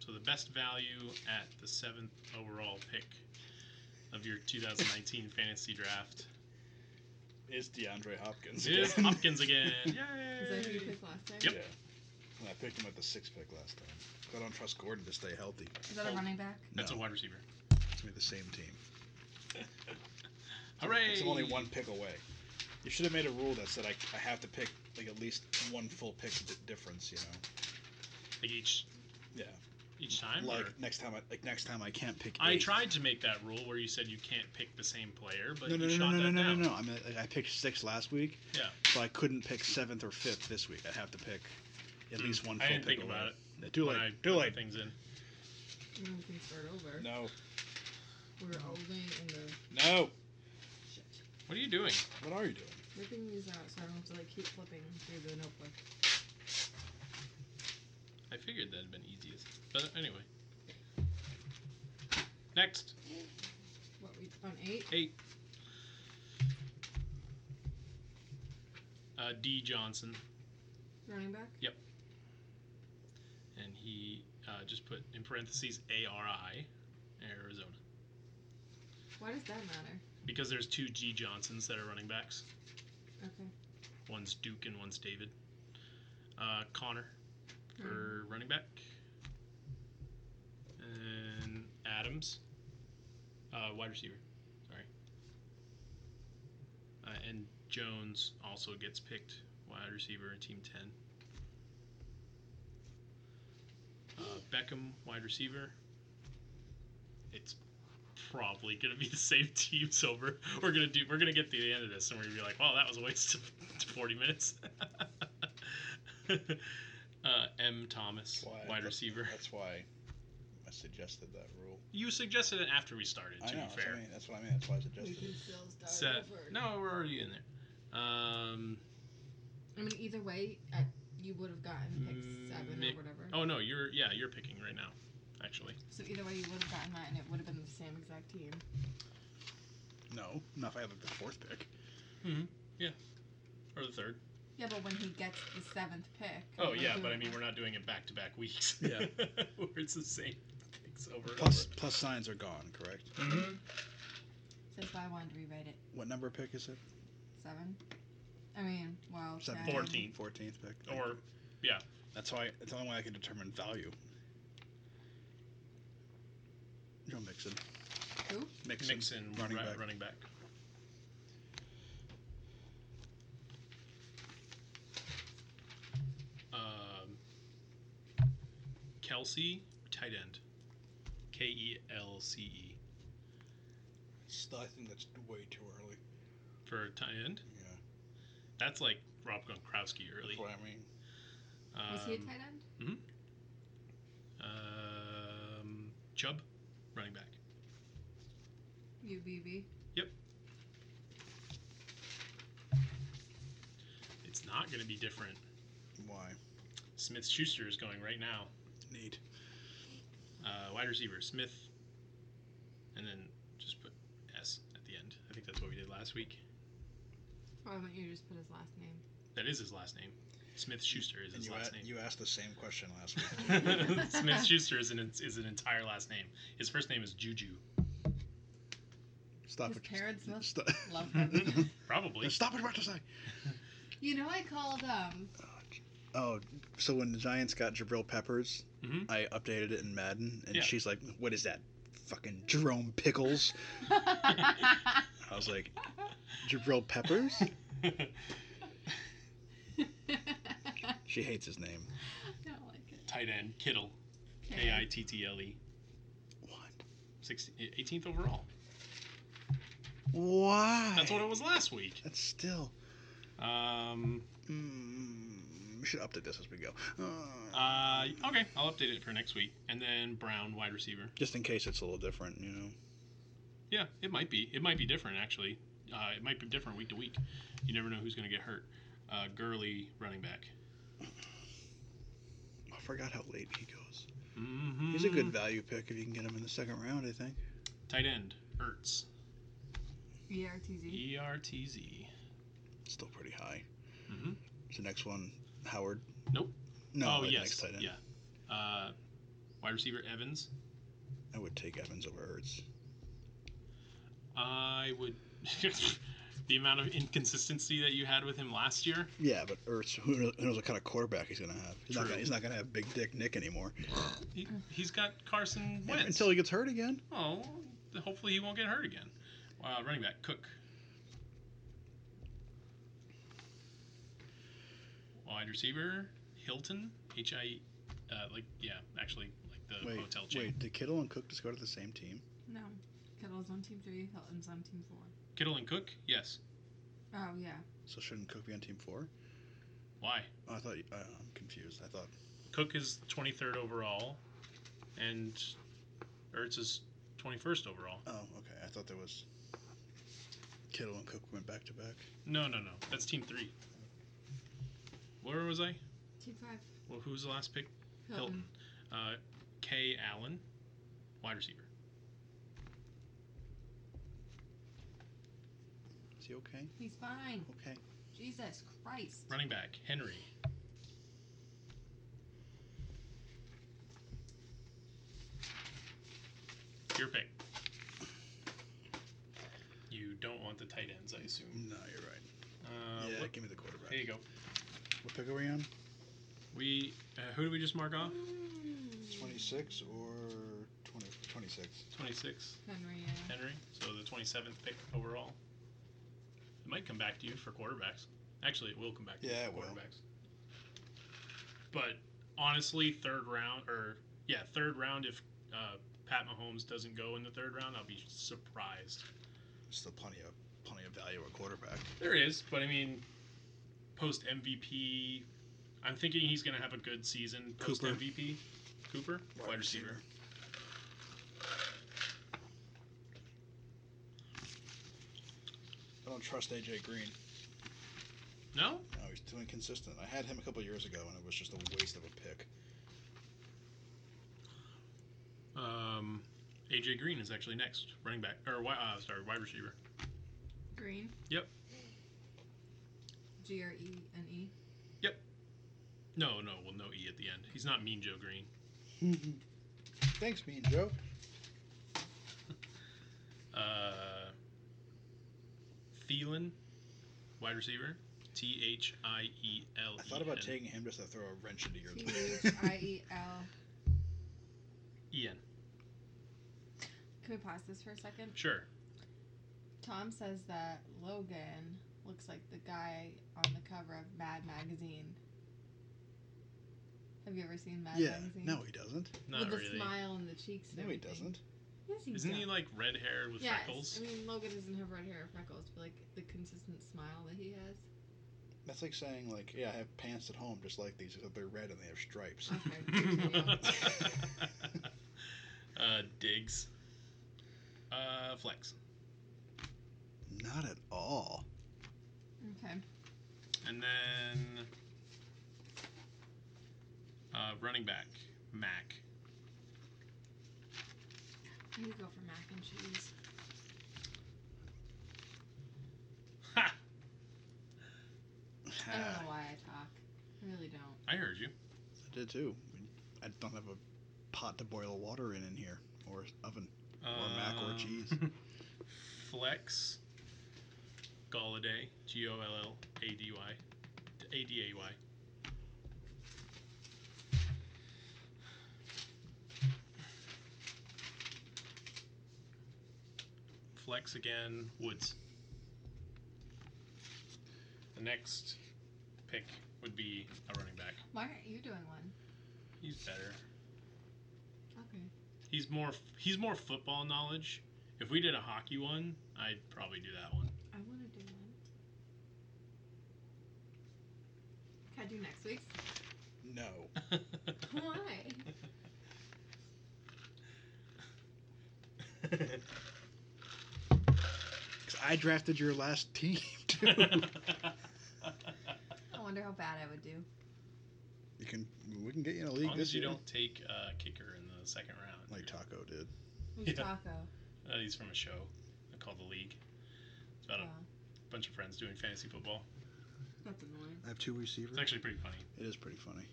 Speaker 1: So the best value at the seventh overall pick of your 2019 fantasy draft
Speaker 2: It's DeAndre Hopkins.
Speaker 1: is
Speaker 2: again.
Speaker 1: Hopkins again.
Speaker 3: Is that who you
Speaker 1: Yay!
Speaker 3: picked last time?
Speaker 1: Yep.
Speaker 2: Yeah. And I picked him at the six pick last time. 'Cause I don't trust Gordon to stay healthy.
Speaker 3: Is that a
Speaker 1: Oh.
Speaker 3: running back?
Speaker 1: That's
Speaker 2: no,
Speaker 1: a wide receiver.
Speaker 2: It's gonna be the same team.
Speaker 1: Hooray!
Speaker 2: It's only one pick away. You should have made a rule that said I, I have to pick like at least one full pick di- difference. You know.
Speaker 1: Like each
Speaker 2: Yeah.
Speaker 1: each time.
Speaker 2: like
Speaker 1: or-
Speaker 2: next time I like next time I can't pick.
Speaker 1: I
Speaker 2: eight.
Speaker 1: tried to make that rule where you said you can't pick the same player, but
Speaker 2: No, no,
Speaker 1: you
Speaker 2: no,
Speaker 1: shot
Speaker 2: no, no,
Speaker 1: that
Speaker 2: no, no,
Speaker 1: down.
Speaker 2: no. I mean, like, I picked six last week.
Speaker 1: Yeah.
Speaker 2: So I couldn't pick seventh or fifth this week. I have to pick at
Speaker 1: Mm,
Speaker 2: least one.
Speaker 1: I
Speaker 2: Full
Speaker 1: didn't
Speaker 2: pick
Speaker 1: think
Speaker 2: away.
Speaker 1: about it
Speaker 2: Yeah, Too
Speaker 1: when
Speaker 2: late.
Speaker 1: I
Speaker 2: too
Speaker 1: put
Speaker 2: late.
Speaker 1: Things in.
Speaker 3: We can start over.
Speaker 2: No,
Speaker 3: We're only in the
Speaker 2: no.
Speaker 3: shit.
Speaker 1: What are you doing?
Speaker 2: What are you doing?
Speaker 3: Ripping these out so I don't have to like keep flipping through the notebook.
Speaker 1: I figured that'd been easiest. But anyway. Next,
Speaker 3: What we on eight?
Speaker 1: eight. Uh, D. Johnson,
Speaker 3: Running back?
Speaker 1: and he uh, just put in parentheses A R I, Arizona,
Speaker 3: Why does that matter?
Speaker 1: because there's two G Johnsons that are running backs.
Speaker 3: Okay.
Speaker 1: One's Duke and one's David. uh, Connor for running back, and Adams, uh, wide receiver. Sorry. Uh, and Jones also gets picked wide receiver in Team Ten. Uh, Beckham, wide receiver. It's probably gonna be the same team, so we're, we're gonna do we're gonna get to the end of this and we're gonna be like, wow, that was a waste of forty minutes. uh, M. Thomas,
Speaker 4: Why-
Speaker 1: wide receiver.
Speaker 4: That's why I suggested that rule.
Speaker 1: You suggested it after we started. To
Speaker 4: I know.
Speaker 1: be
Speaker 4: That's
Speaker 1: fair,
Speaker 4: what I mean. That's what I mean. That's why I
Speaker 3: We
Speaker 4: suggested
Speaker 3: can
Speaker 4: it.
Speaker 3: still start
Speaker 1: So-
Speaker 3: over.
Speaker 1: no, we're already in there. Um,
Speaker 3: I mean, either way, I, you would have gotten pick
Speaker 1: Mm,
Speaker 3: seven
Speaker 1: mi-
Speaker 3: or whatever.
Speaker 1: oh no, you're yeah, you're picking right now, actually.
Speaker 3: So either way, you would have gotten that, and it would have been the same exact team.
Speaker 2: No, not if I have the fourth pick.
Speaker 1: Or the third.
Speaker 3: Yeah, but when he gets the seventh pick.
Speaker 1: Oh
Speaker 3: we're
Speaker 1: yeah, but
Speaker 3: doing
Speaker 1: I mean
Speaker 3: it.
Speaker 1: we're not doing it back to back weeks.
Speaker 2: Yeah.
Speaker 1: where it's the same things over and
Speaker 2: Plus, plus signs are gone, correct?
Speaker 1: over.
Speaker 3: So that's why I wanted to rewrite it.
Speaker 2: What number pick is it?
Speaker 3: Seven. I mean, well,
Speaker 2: Seven.
Speaker 3: ten.
Speaker 1: Fourteen.
Speaker 2: 14th pick.
Speaker 1: Or
Speaker 2: That's why. That's the only way I can determine value. Joe Mixon.
Speaker 3: Who?
Speaker 2: Mixon.
Speaker 1: Mixon running
Speaker 2: running back.
Speaker 1: running back. Um, Kelsey, Um, tight end. K E L C E
Speaker 4: Still, I think that's way too early.
Speaker 1: for tight end.
Speaker 4: Yeah.
Speaker 1: That's like Rob Gronkowski early.
Speaker 4: That's what I mean.
Speaker 1: Um,
Speaker 3: Was he a tight end?
Speaker 1: Um, Chubb, running back.
Speaker 3: UBB.
Speaker 1: It's not going to be different.
Speaker 2: Why?
Speaker 1: Smith Schuster is going right now.
Speaker 2: Neat.
Speaker 1: Uh, wide receiver Smith, and then just put S at the end. I think that's what we did last week.
Speaker 3: Why don't you just put his last name?
Speaker 1: That is his last name. Smith Schuster is
Speaker 2: And
Speaker 1: his
Speaker 2: you,
Speaker 1: last
Speaker 2: a- you asked the same question last week.
Speaker 1: name. Smith Schuster is an is an entire last name. His first name is Juju,
Speaker 2: Stop
Speaker 3: His
Speaker 2: what you-
Speaker 3: parents must
Speaker 2: sto-
Speaker 3: love him.
Speaker 1: probably.
Speaker 2: Stop what you're about to say.
Speaker 3: You know, I called um.
Speaker 2: Oh, so when the Giants got Jabril Peppers,
Speaker 1: Mhm.
Speaker 2: I updated it in Madden, and
Speaker 1: Yeah.
Speaker 2: she's like, "What is that? Fucking Jerome Pickles?" I was like, "Jabril Peppers." She hates his name.
Speaker 3: don't like it.
Speaker 1: Tight end Kittle, K I
Speaker 3: Okay.
Speaker 1: T T L E,
Speaker 2: What?
Speaker 1: 16 18th overall.
Speaker 2: Why?
Speaker 1: That's what it was last week.
Speaker 2: That's still.
Speaker 1: Um,
Speaker 2: Mm, we should update this as we go. Uh,
Speaker 1: uh, okay, I'll update it for next week. And then Brown, wide receiver.
Speaker 2: just in case it's a little different, you know.
Speaker 1: Yeah, it might be. It might be different actually. Uh, it might be different week to week. You never know who's going to get hurt. Uh, Gurley running back.
Speaker 2: Oh, I forgot how late he goes.
Speaker 1: Mm-hmm.
Speaker 2: He's a good value pick if you can get him in the second round, I think.
Speaker 1: tight end. Ertz.
Speaker 3: ERTZ.
Speaker 1: E R T Z.
Speaker 2: Still pretty high.
Speaker 1: Mhm.
Speaker 2: So next one, Howard.
Speaker 1: Nope.
Speaker 2: No,
Speaker 1: oh
Speaker 2: like
Speaker 1: yes.
Speaker 2: next tight end.
Speaker 1: Yeah. Uh, wide receiver Evans.
Speaker 2: I would take Evans over Ertz.
Speaker 1: I would. the amount of inconsistency that you had with him last year.
Speaker 2: Yeah, but Ertz, who knows, who knows what kind of quarterback he's going to have? He's not
Speaker 1: True.
Speaker 2: gonna, he's not going to have Big Dick Nick anymore.
Speaker 1: He, he's got Carson Wentz.
Speaker 2: Until he gets hurt again.
Speaker 1: Oh, hopefully he won't get hurt again. Uh, running back Cook. Wide receiver Hilton. H I, uh, like yeah, actually like the
Speaker 2: Wait,
Speaker 1: hotel chain.
Speaker 2: wait, did Kittle and Cook just go to the same team?
Speaker 3: No. Kittle's on team three. Hilton's on team four.
Speaker 1: Kittle and Cook. Yes.
Speaker 3: Oh yeah.
Speaker 2: So shouldn't Cook be on team four?
Speaker 1: Why?
Speaker 2: Oh, I thought, you, uh, I'm confused. I thought,
Speaker 1: Cook is twenty third overall, and Ertz is twenty first overall.
Speaker 2: oh, okay. I thought there was Kittle and Cook went back to back.
Speaker 1: No, no, no. That's team three. Where was I?
Speaker 3: Team five.
Speaker 1: Well, who was the last pick? Hilton.
Speaker 3: Hilton.
Speaker 1: Uh, Kay Allen, wide receiver.
Speaker 2: Is he okay?
Speaker 3: He's fine.
Speaker 2: Okay.
Speaker 3: Jesus Christ.
Speaker 1: Running back Henry. Your pick. You don't want the tight ends, I assume.
Speaker 2: No, you're right.
Speaker 1: Uh,
Speaker 2: yeah,
Speaker 1: what-
Speaker 2: give me the quarterback.
Speaker 1: there you go.
Speaker 2: What pick are we on?
Speaker 1: We uh, who did we just mark off?
Speaker 3: Mm.
Speaker 4: 26 or 20, 26.
Speaker 1: Twenty six.
Speaker 3: Henry, uh, yeah.
Speaker 1: Henry. So the 27th pick overall. It might come back to you for quarterbacks. Actually, it will come back to
Speaker 4: Yeah,
Speaker 1: you
Speaker 4: it
Speaker 1: for
Speaker 4: will.
Speaker 1: quarterbacks. But honestly, third round or yeah, third round. If uh, Pat Mahomes doesn't go in the third round, I'll be surprised.
Speaker 4: Still plenty of plenty of value at quarterback.
Speaker 1: There is, but I mean, post MVP, I'm thinking he's going to have a good season. Post
Speaker 2: Cooper.
Speaker 1: MVP, Cooper, wide, receiver.
Speaker 4: I don't trust AJ Green.
Speaker 1: No,
Speaker 4: No, he's too inconsistent. I had him a couple years ago, and it was just a waste of a pick.
Speaker 1: um, AJ Green is actually next running back or wi- uh, sorry, wide receiver.
Speaker 3: Green.
Speaker 1: Yep.
Speaker 3: G R E N E.
Speaker 1: No, no, well, no E at the end. He's not Mean Joe Green.
Speaker 4: Thanks, Mean Joe.
Speaker 1: Uh, Thielen, wide receiver. T H I E L E.
Speaker 4: I thought about taking him just to throw a wrench into your
Speaker 3: T
Speaker 4: plan.
Speaker 3: H I E L.
Speaker 1: Ian.
Speaker 3: Can we pause this for a second?
Speaker 1: Sure.
Speaker 3: Tom says that Logan looks like the guy on the cover of Mad Magazine. Have you ever seen Mad
Speaker 2: Yeah.
Speaker 3: Magazine?
Speaker 2: No, he doesn't.
Speaker 1: Not
Speaker 3: with the
Speaker 1: really.
Speaker 3: smile and the cheeks. And
Speaker 4: no, he
Speaker 3: everything.
Speaker 4: doesn't.
Speaker 3: Yes, he
Speaker 1: Isn't
Speaker 3: does.
Speaker 1: he like red hair with
Speaker 3: yes.
Speaker 1: freckles?
Speaker 3: I mean, Logan doesn't have red hair or freckles, but like the consistent smile that he has.
Speaker 4: That's like saying, like, yeah, I have pants at home just like these, except they're red and they have stripes.
Speaker 3: Okay, continue.
Speaker 1: uh, Diggs. Uh, Flex.
Speaker 2: Not at all.
Speaker 3: okay.
Speaker 1: And then uh, running back, Mac.
Speaker 3: You go for mac and cheese.
Speaker 1: Ha!
Speaker 3: I don't
Speaker 4: Ah.
Speaker 3: know why I talk. I really don't.
Speaker 1: I heard you.
Speaker 2: I did too. I don't have a pot to boil water in in here or oven. Or mac or
Speaker 1: Um,
Speaker 2: cheese.
Speaker 1: Flex. Galladay. G O L L A D Y. A D A Y. Flex again. Woods. The next pick would be a running back.
Speaker 3: Why aren't you doing one?
Speaker 1: He's better.
Speaker 3: Okay.
Speaker 1: He's more. He's more football knowledge. If we did a hockey one, I'd probably do that one.
Speaker 3: I want to do one. Can I do next week's?
Speaker 4: No.
Speaker 3: Why?
Speaker 2: Because I drafted your last team too.
Speaker 3: I wonder how bad I would do.
Speaker 2: you can. We can get you in a
Speaker 1: as
Speaker 2: league
Speaker 1: long
Speaker 2: this
Speaker 1: as you
Speaker 2: year.
Speaker 1: don't take a kicker in the second round.
Speaker 2: Like Taco did.
Speaker 3: Who's
Speaker 1: Yeah.
Speaker 3: Taco?
Speaker 1: Uh, he's from a show called The League. It's about
Speaker 3: Wow.
Speaker 1: a bunch of friends doing fantasy football.
Speaker 3: That's annoying.
Speaker 2: I have two receivers.
Speaker 1: It's actually pretty funny.
Speaker 2: It is pretty funny.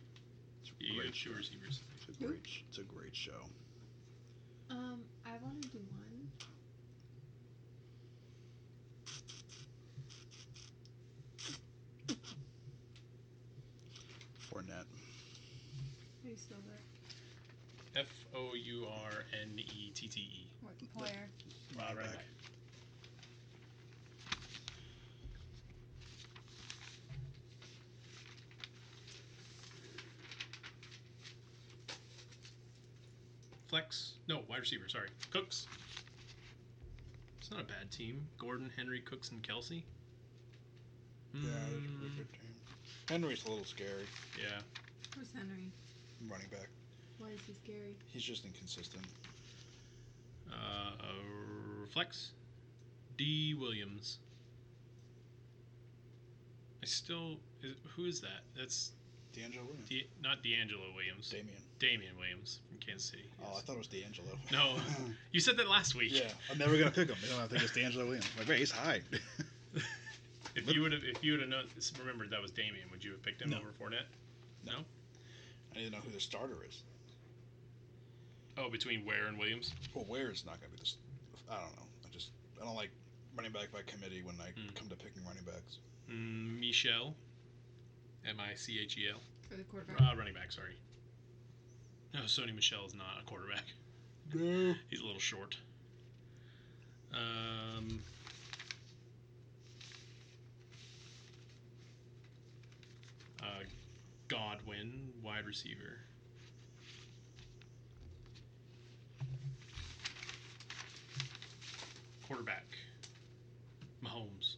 Speaker 2: It's a
Speaker 1: You you
Speaker 2: great
Speaker 1: have two
Speaker 2: show.
Speaker 1: receivers.
Speaker 2: It's a great. sh- It's a great show.
Speaker 3: Um, I want to do one.
Speaker 2: Fournette.
Speaker 3: Are you still there?
Speaker 1: F O U R N E T T E.
Speaker 3: Where?
Speaker 1: Uh,
Speaker 2: Running
Speaker 1: right
Speaker 2: back.
Speaker 1: back. Flex. No, wide receiver. Sorry. Cooks. It's not a bad team. Gordon, Henry, Cooks, and Kelsey.
Speaker 4: Yeah, that's a pretty
Speaker 1: Mm,
Speaker 4: good team. Henry's a little scary.
Speaker 1: yeah.
Speaker 3: Where's Henry?
Speaker 4: Running back.
Speaker 3: Why is he scary?
Speaker 4: He's just inconsistent.
Speaker 1: Uh, uh, Flex. D. Williams. I still. Is, who is that? That's
Speaker 4: D'Angelo Williams.
Speaker 1: D- not D'Angelo Williams.
Speaker 4: Damien.
Speaker 1: Damian Williams from Kansas City.
Speaker 4: Oh, I thought it was D'Angelo.
Speaker 1: No. You said that last week.
Speaker 4: yeah.
Speaker 2: I'm never gonna pick him. You know, I think it's D'Angelo Williams. Like, wait, he's high.
Speaker 1: If you would have, if you would have known, remembered that was Damian, would you have picked him
Speaker 4: No.
Speaker 1: over Fournette? No.
Speaker 4: I need to know who the starter is.
Speaker 1: Oh, between Ware and Williams.
Speaker 4: Well, where is not going to be this? I don't know. I just I don't like running back by committee when I
Speaker 1: Hmm.
Speaker 4: come to picking running backs.
Speaker 1: Mm, Michelle. M I C H E L.
Speaker 3: for the quarterback?
Speaker 1: Uh, running back, sorry. No, Sony Michelle is not a quarterback.
Speaker 2: No.
Speaker 1: He's a little short. Um, uh, Godwin, wide receiver. Quarterback. Mahomes.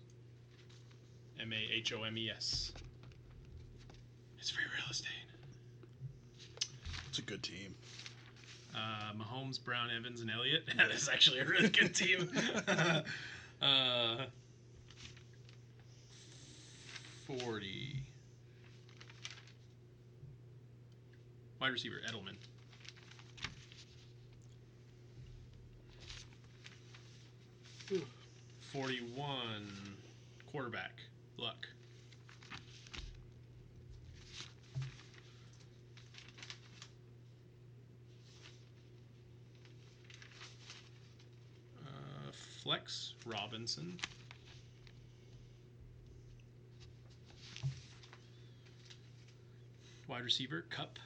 Speaker 1: M A H O M E S. It's free real estate.
Speaker 4: It's a good team.
Speaker 1: Uh, Mahomes, Brown, Evans, and Elliott. That is actually a really good team. uh, 40. Wide receiver, Edelman.
Speaker 4: Ooh.
Speaker 1: 41. Quarterback, Luck. Uh, Flex Robinson. Wide receiver, Cup.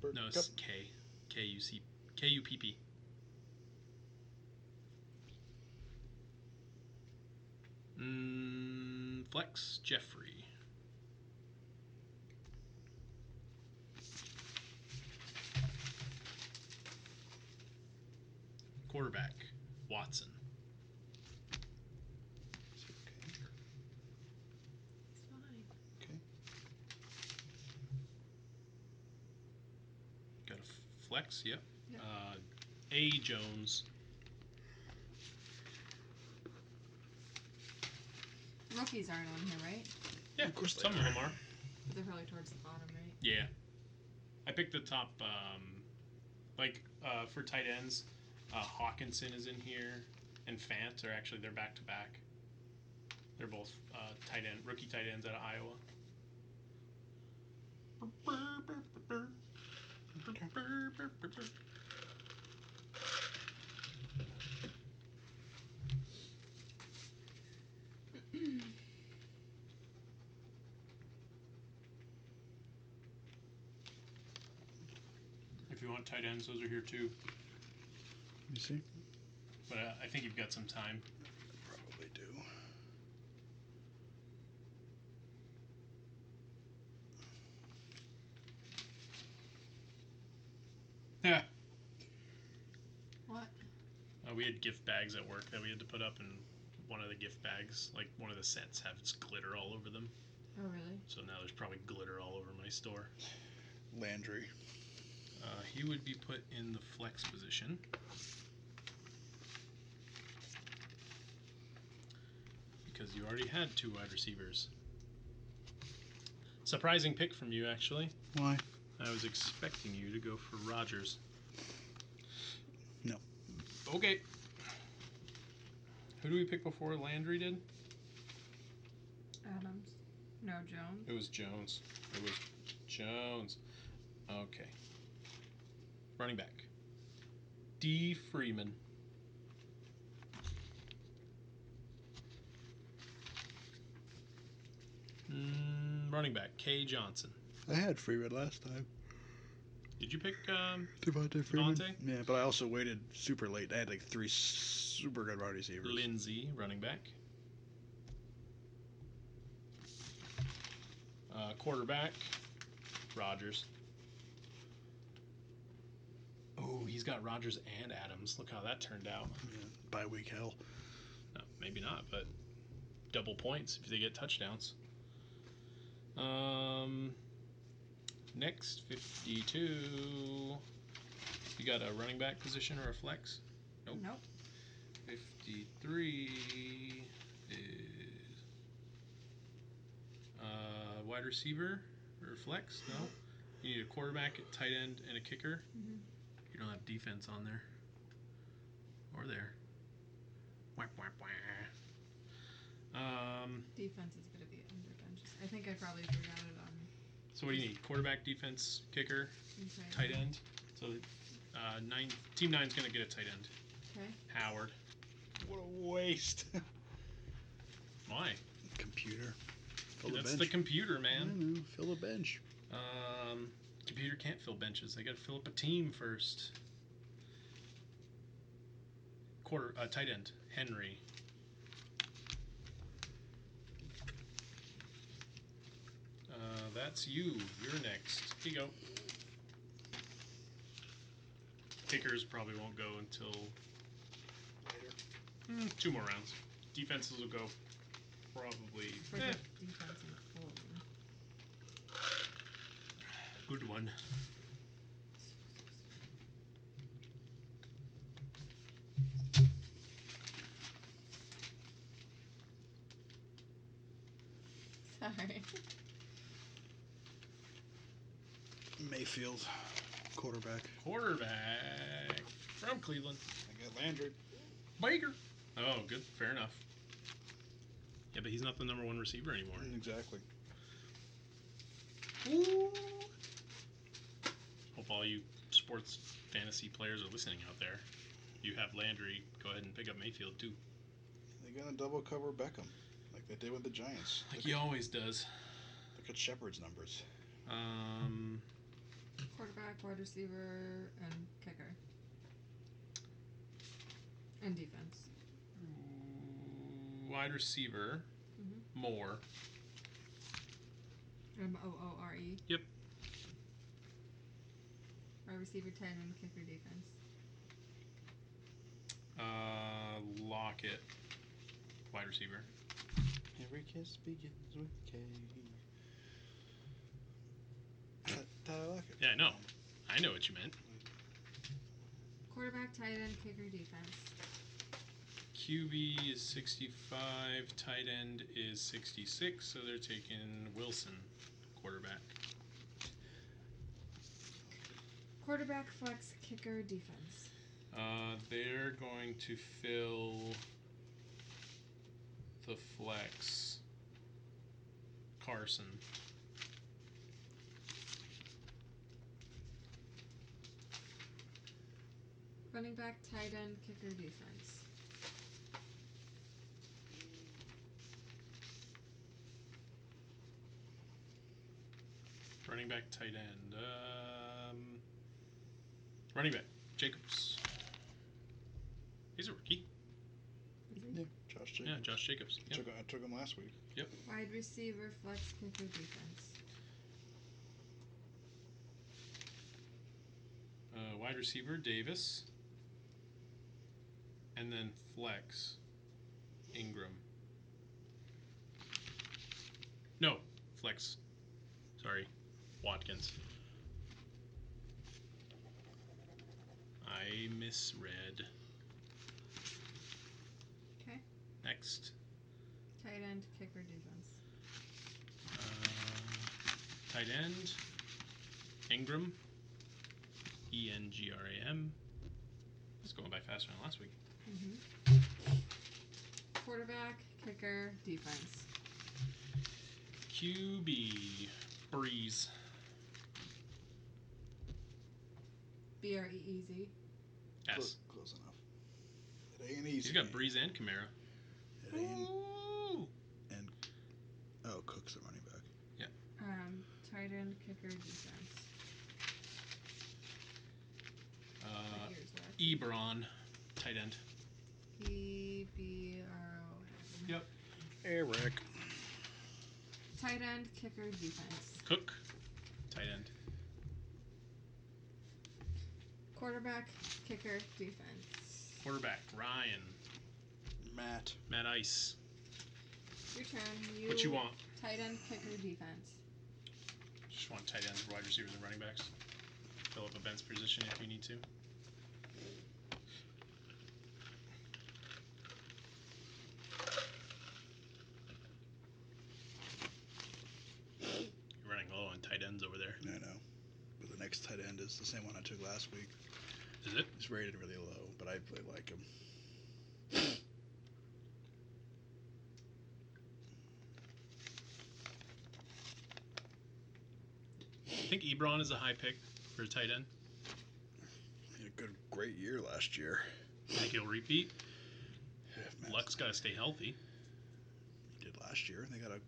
Speaker 4: Bert
Speaker 1: No,
Speaker 4: Cup.
Speaker 1: it's K. K U C K U P P. Mm, Flex Jeffrey. Quarterback Watson.
Speaker 4: It's
Speaker 3: It's fine.
Speaker 4: Okay. okay.
Speaker 1: Got a f- flex, yep.
Speaker 3: Yep.
Speaker 1: Uh, a Jones.
Speaker 3: Rookies aren't on here, right?
Speaker 1: Yeah, of course. Some of them are.
Speaker 3: But they're probably towards the bottom, right?
Speaker 1: Yeah. I picked the top, um, like, uh, for tight ends, uh, Hawkinson is in here, and Fant are actually, they're back to back. They're both uh, tight end, rookie tight ends out of Iowa. If you want tight ends, those are here too.
Speaker 2: You see?
Speaker 1: But uh, I think you've got some time.
Speaker 2: Probably do.
Speaker 1: Yeah.
Speaker 3: What?
Speaker 1: Uh, we had gift bags at work that we had to put up, and one of the gift bags, like one of the sets, has glitter all over them.
Speaker 3: Oh, really?
Speaker 1: So now there's probably glitter all over my store.
Speaker 4: Landry.
Speaker 1: Uh, he would be put in the flex position. Because you already had two wide receivers. Surprising pick from you, actually.
Speaker 2: Why?
Speaker 1: I was expecting you to go for Rogers.
Speaker 2: No.
Speaker 1: Okay. Who do we pick before Landry did?
Speaker 3: Adams. No, Jones.
Speaker 1: It was Jones. It was Jones. Okay. Running back. D. Freeman. Mm, running back. K. Johnson.
Speaker 2: I had Freeman last time.
Speaker 1: Did you pick? Um,
Speaker 2: Devontae Freeman.
Speaker 1: Devontae?
Speaker 2: Yeah, but I also waited super late. I had like three super good wide receivers.
Speaker 1: Lindsay, running back. Uh, quarterback, Rogers. Oh, he's got Rogers and Adams. Look how that turned out.
Speaker 2: Yeah, bye week hell.
Speaker 1: No, maybe not, but double points if they get touchdowns. Um, next fifty-two. You got a running back position or a flex? Nope.
Speaker 3: Nope.
Speaker 1: 53 is uh, wide receiver or flex. No. You need a quarterback, a tight end, and a kicker.
Speaker 3: Mhm.
Speaker 1: You don't have defense on there. Or there. Wah, wah, wah. Um,
Speaker 3: Defense is going to be under benches. I think I probably forgot it on.
Speaker 1: so what do you need? Quarterback, defense, kicker,
Speaker 3: inside.
Speaker 1: tight end. So uh, nine, team nine's going to get a tight end.
Speaker 3: Okay.
Speaker 1: Howard.
Speaker 4: What a waste.
Speaker 1: Why?
Speaker 2: Computer. Fill
Speaker 1: That's the
Speaker 2: the bench.
Speaker 1: computer, man.
Speaker 2: I know, fill the bench.
Speaker 1: Um, computer can't fill benches. They got to fill up a team first. Quarter uh, tight end Henry. Uh, that's you. You're next. Here you go. Kickers probably won't go until
Speaker 2: Later.
Speaker 1: mm, two more rounds. Defenses will go probably.
Speaker 3: For
Speaker 1: eh,
Speaker 3: the defense and goal.
Speaker 1: good one.
Speaker 3: Sorry.
Speaker 2: Mayfield, quarterback.
Speaker 1: Quarterback from Cleveland.
Speaker 2: I got Landry.
Speaker 1: Baker. Oh, good. Fair enough. Yeah, but he's not the number one receiver anymore.
Speaker 2: Exactly.
Speaker 1: Ooh. Hope all you sports fantasy players are listening out there. You have Landry. Go ahead and pick up Mayfield too,
Speaker 2: They're gonna double cover Beckham, like they did with the Giants.
Speaker 1: like
Speaker 2: Look,
Speaker 1: he always does.
Speaker 2: at, look at Shepard's numbers.
Speaker 1: Um,
Speaker 3: Quarterback, wide receiver, and kicker. And defense.
Speaker 1: wide receiver,
Speaker 3: Mhm.
Speaker 1: Moore.
Speaker 3: M O O R E.
Speaker 1: Yep.
Speaker 3: Wide receiver, tight end, kicker, defense.
Speaker 1: Uh, Lockett, wide receiver.
Speaker 2: Every kiss begins with K. Tyler Lockett.
Speaker 1: Yeah, I know. I know what you meant.
Speaker 3: Quarterback, tight end, kicker, defense.
Speaker 1: QB is 65, tight end is 66, so they're taking Wilson, quarterback.
Speaker 3: Quarterback, flex, kicker, defense.
Speaker 1: Uh, they're going to fill the flex Carson.
Speaker 3: Running back, tight end, kicker, defense.
Speaker 1: Running back, tight end. Um, running back, Jacobs. He's a rookie.
Speaker 2: Yeah, Josh Jacobs.
Speaker 1: Yeah, Josh Jacobs.
Speaker 2: I
Speaker 1: Yeah.
Speaker 2: took, I took him last week.
Speaker 3: Wide receiver, flex, kicker, defense.
Speaker 1: Uh, wide receiver, Davis. And then flex, Ingram. No, flex. Sorry, Watkins. I misread.
Speaker 3: Okay.
Speaker 1: Next.
Speaker 3: Tight end, kicker, defense.
Speaker 1: Uh, tight end, Ingram. E N G R A M. It's going by faster than last week.
Speaker 3: hmm Quarterback, kicker, defense.
Speaker 1: QB Breeze.
Speaker 3: B R E E Z.
Speaker 1: Yes.
Speaker 2: Clo- Close, enough. It ain't easy.
Speaker 1: He's got Breeze and Kamara.
Speaker 2: It ain't.
Speaker 1: Ooh.
Speaker 2: Oh, Cook's the running back.
Speaker 3: Um, tight end, kicker, defense.
Speaker 1: Uh,
Speaker 3: Like yours were.
Speaker 1: Ebron, tight end.
Speaker 3: E B R O N.
Speaker 1: Yep.
Speaker 2: Eric.
Speaker 3: Tight end, kicker, defense.
Speaker 1: Cook, tight end.
Speaker 3: Quarterback, kicker, defense.
Speaker 1: Quarterback Ryan,
Speaker 2: Matt.
Speaker 1: Matt Ice.
Speaker 3: Your turn. You,
Speaker 1: What you want?
Speaker 3: Tight end, kicker, defense.
Speaker 1: Just want tight ends, wide receivers, and running backs. Fill up a bench position if you need to. You're running low on tight ends over there.
Speaker 2: I know. But the next tight end is the same one I took last week.
Speaker 1: Is it?
Speaker 2: He's rated really low, but I really like him.
Speaker 1: I think Ebron is a high pick for a tight end.
Speaker 2: He had a good, great year last year.
Speaker 1: I think he'll repeat.
Speaker 2: If Matt's-
Speaker 1: Luck's got to stay healthy.
Speaker 2: did last year. They got a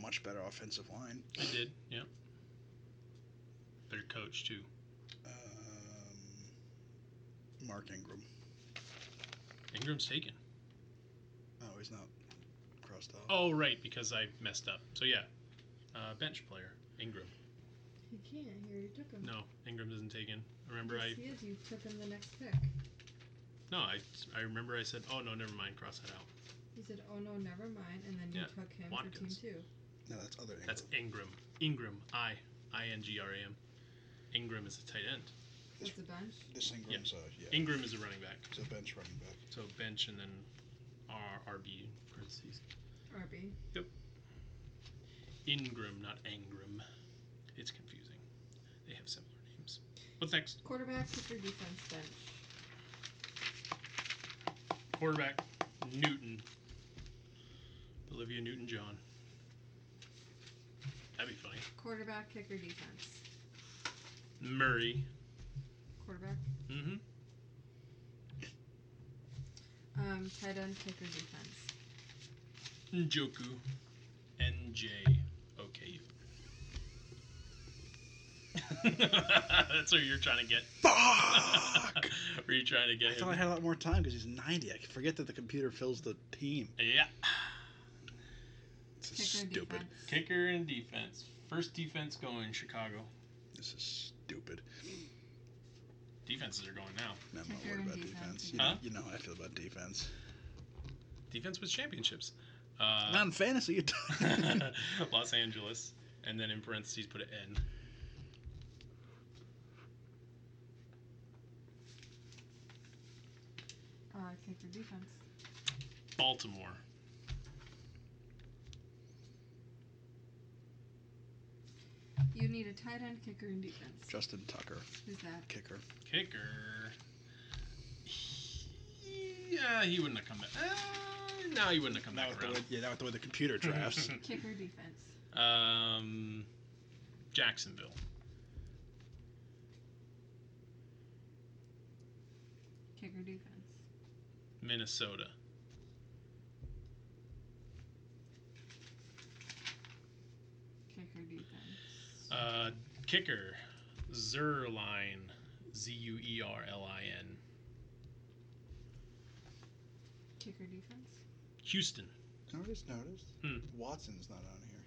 Speaker 2: much better offensive line.
Speaker 1: I did. Yeah. their coach too?
Speaker 2: Um, Mark Ingram.
Speaker 1: Ingram's taken.
Speaker 2: Oh, he's not crossed out.
Speaker 1: Oh right, because I messed up. So yeah, uh, bench player Ingram.
Speaker 3: He can't here. You took him.
Speaker 1: No, Ingram isn't taken. Remember I
Speaker 3: Yes, he is. You took him the next pick.
Speaker 1: no I I remember I said oh no never mind cross that out.
Speaker 3: You said, "Oh no, never mind," and then you
Speaker 1: Yeah,
Speaker 3: took him
Speaker 1: Watkins.
Speaker 3: for team two.
Speaker 2: No, that's other Ingram.
Speaker 1: That's Ingram. Ingram I I N G R A M. Ingram is a tight end.
Speaker 3: That's the bench.
Speaker 2: this Ingram's uh, yeah.
Speaker 1: Ingram is a running back.
Speaker 2: He's a bench running back.
Speaker 1: So bench and then R RB parentheses.
Speaker 3: RB.
Speaker 1: Ingram, not Angram. It's confusing. They have similar names. What's next?
Speaker 3: Quarterback, pick your defense bench.
Speaker 1: Quarterback Newton. Olivia Newton John. That'd be funny.
Speaker 3: Quarterback, kicker, defense.
Speaker 1: Murray.
Speaker 3: Quarterback.
Speaker 1: Mm-hmm.
Speaker 3: Um, tight end, kicker, defense.
Speaker 1: Njoku. NJ. OKU. That's where you're trying to get.
Speaker 2: Fuck!
Speaker 1: where you trying to
Speaker 2: I
Speaker 1: get
Speaker 2: thought I
Speaker 1: him.
Speaker 2: had a lot more time because he's 90. I forget that the computer fills the team.
Speaker 1: Yeah.
Speaker 2: This is
Speaker 3: Kicker,
Speaker 2: stupid.
Speaker 3: defense.
Speaker 1: Kicker and defense. First defense going Chicago.
Speaker 2: This is stupid.
Speaker 1: Defenses are going now.
Speaker 2: No, I'm not
Speaker 3: Kicker
Speaker 2: worried
Speaker 3: and
Speaker 2: about defense.
Speaker 3: defense.
Speaker 2: You,
Speaker 1: Huh?
Speaker 2: know, you know how I feel about defense.
Speaker 1: Defense was championships. Uh,
Speaker 2: not in fantasy. You don't.
Speaker 1: Los Angeles, and then in parentheses put an N.
Speaker 3: Uh, kicker, defense.
Speaker 1: Baltimore.
Speaker 3: You need a tight end, kicker, and defense.
Speaker 2: Justin Tucker,
Speaker 3: Who's that?
Speaker 2: kicker.
Speaker 1: Kicker. Yeah, he wouldn't have come back. Uh, no, he wouldn't have come
Speaker 2: Not
Speaker 1: back
Speaker 2: with the way,
Speaker 1: around. Hmm.
Speaker 2: yeah, not with the way the computer drafts.
Speaker 3: Kicker, defense.
Speaker 1: Um, Jacksonville.
Speaker 3: Kicker, defense.
Speaker 1: Minnesota.
Speaker 3: Kicker, defense.
Speaker 1: Uh, kicker. Zerline. Z U E R L I N.
Speaker 3: Kicker, defense.
Speaker 1: Houston.
Speaker 2: No, I just noticed.
Speaker 1: Hmm.
Speaker 2: Watson's not on here.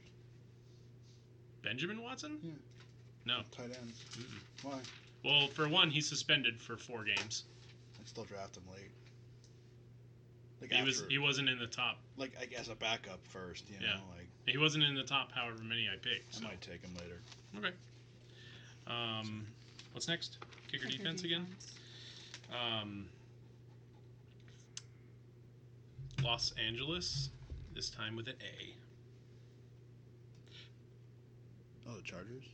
Speaker 1: Benjamin Watson?
Speaker 2: Yeah.
Speaker 1: No.
Speaker 2: Tight ends.
Speaker 1: Oh. Mm-mm.
Speaker 2: Why?
Speaker 1: Well, for one, he's suspended for four games.
Speaker 2: I still draft him late. Like
Speaker 1: He
Speaker 2: after,
Speaker 1: was he wasn't in the top.
Speaker 2: like like as a backup first, you know.
Speaker 1: Yeah.
Speaker 2: Like
Speaker 1: He wasn't in the top however many I picked.
Speaker 2: I
Speaker 1: so-
Speaker 2: might take him later.
Speaker 1: Okay. Um, what's next? Kicker, defense, again.
Speaker 3: defense.
Speaker 1: Um, Los Angeles, this time with an A.
Speaker 2: Oh, the Chargers.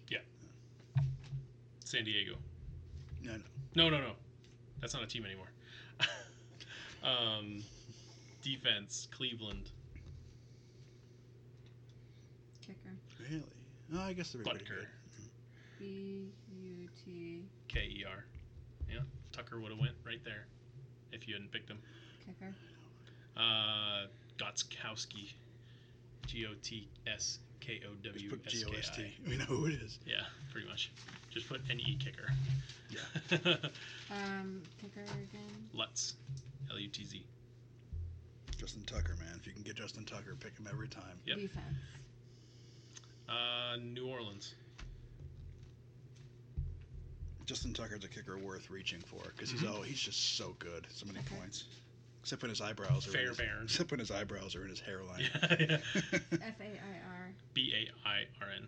Speaker 1: San Diego.
Speaker 2: No,
Speaker 1: No,
Speaker 2: no.
Speaker 1: no, no. That's not a team anymore. um, defense, Cleveland.
Speaker 3: Kicker.
Speaker 2: Really? Oh, I guess they're pretty
Speaker 1: Butker.
Speaker 2: good.
Speaker 3: B U T.
Speaker 1: K E R. Yeah, Tucker would have went right there if you hadn't picked him.
Speaker 3: Kicker.
Speaker 1: Uh, Gotskowski. G O T S K O
Speaker 2: Just
Speaker 1: W
Speaker 2: put
Speaker 1: S K I.
Speaker 2: G-O-S-T. We know who it is.
Speaker 1: Yeah, pretty much. Just put an E kicker. Yeah.
Speaker 3: Um, kicker again.
Speaker 1: Lutz. L U T Z.
Speaker 2: Justin Tucker, man. If you can get Justin Tucker, pick him every time.
Speaker 1: Yep.
Speaker 3: Defense.
Speaker 1: Uh, New Orleans.
Speaker 2: Justin Tucker's a kicker worth reaching for because he's
Speaker 1: Mhm.
Speaker 2: oh he's just so good. So many
Speaker 3: Okay.
Speaker 2: points. Except when his eyebrows are in his,
Speaker 1: Fairbairn.
Speaker 2: except when his eyebrows are in his hairline.
Speaker 1: Yeah.
Speaker 3: F A I R.
Speaker 1: B A I R N.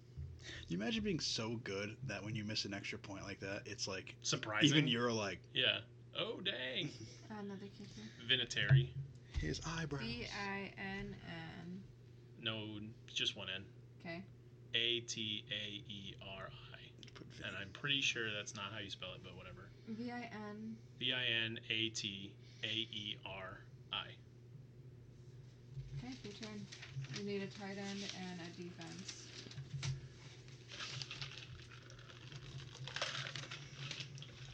Speaker 2: you imagine being so good that when you miss an extra point like that, it's like
Speaker 1: Surprising.
Speaker 2: even you're like
Speaker 1: Yeah. Oh, dang.
Speaker 3: Another kicker.
Speaker 1: Vinatieri.
Speaker 2: his eyebrows.
Speaker 3: V I N N.
Speaker 1: No, just one N.
Speaker 3: Okay.
Speaker 1: A T A E R I.
Speaker 2: Put Vin-
Speaker 1: And I'm pretty sure that's not how you spell it, but whatever.
Speaker 3: V I N.
Speaker 1: V I N A T A E R I.
Speaker 3: Okay, your turn. You need a tight end and a defense.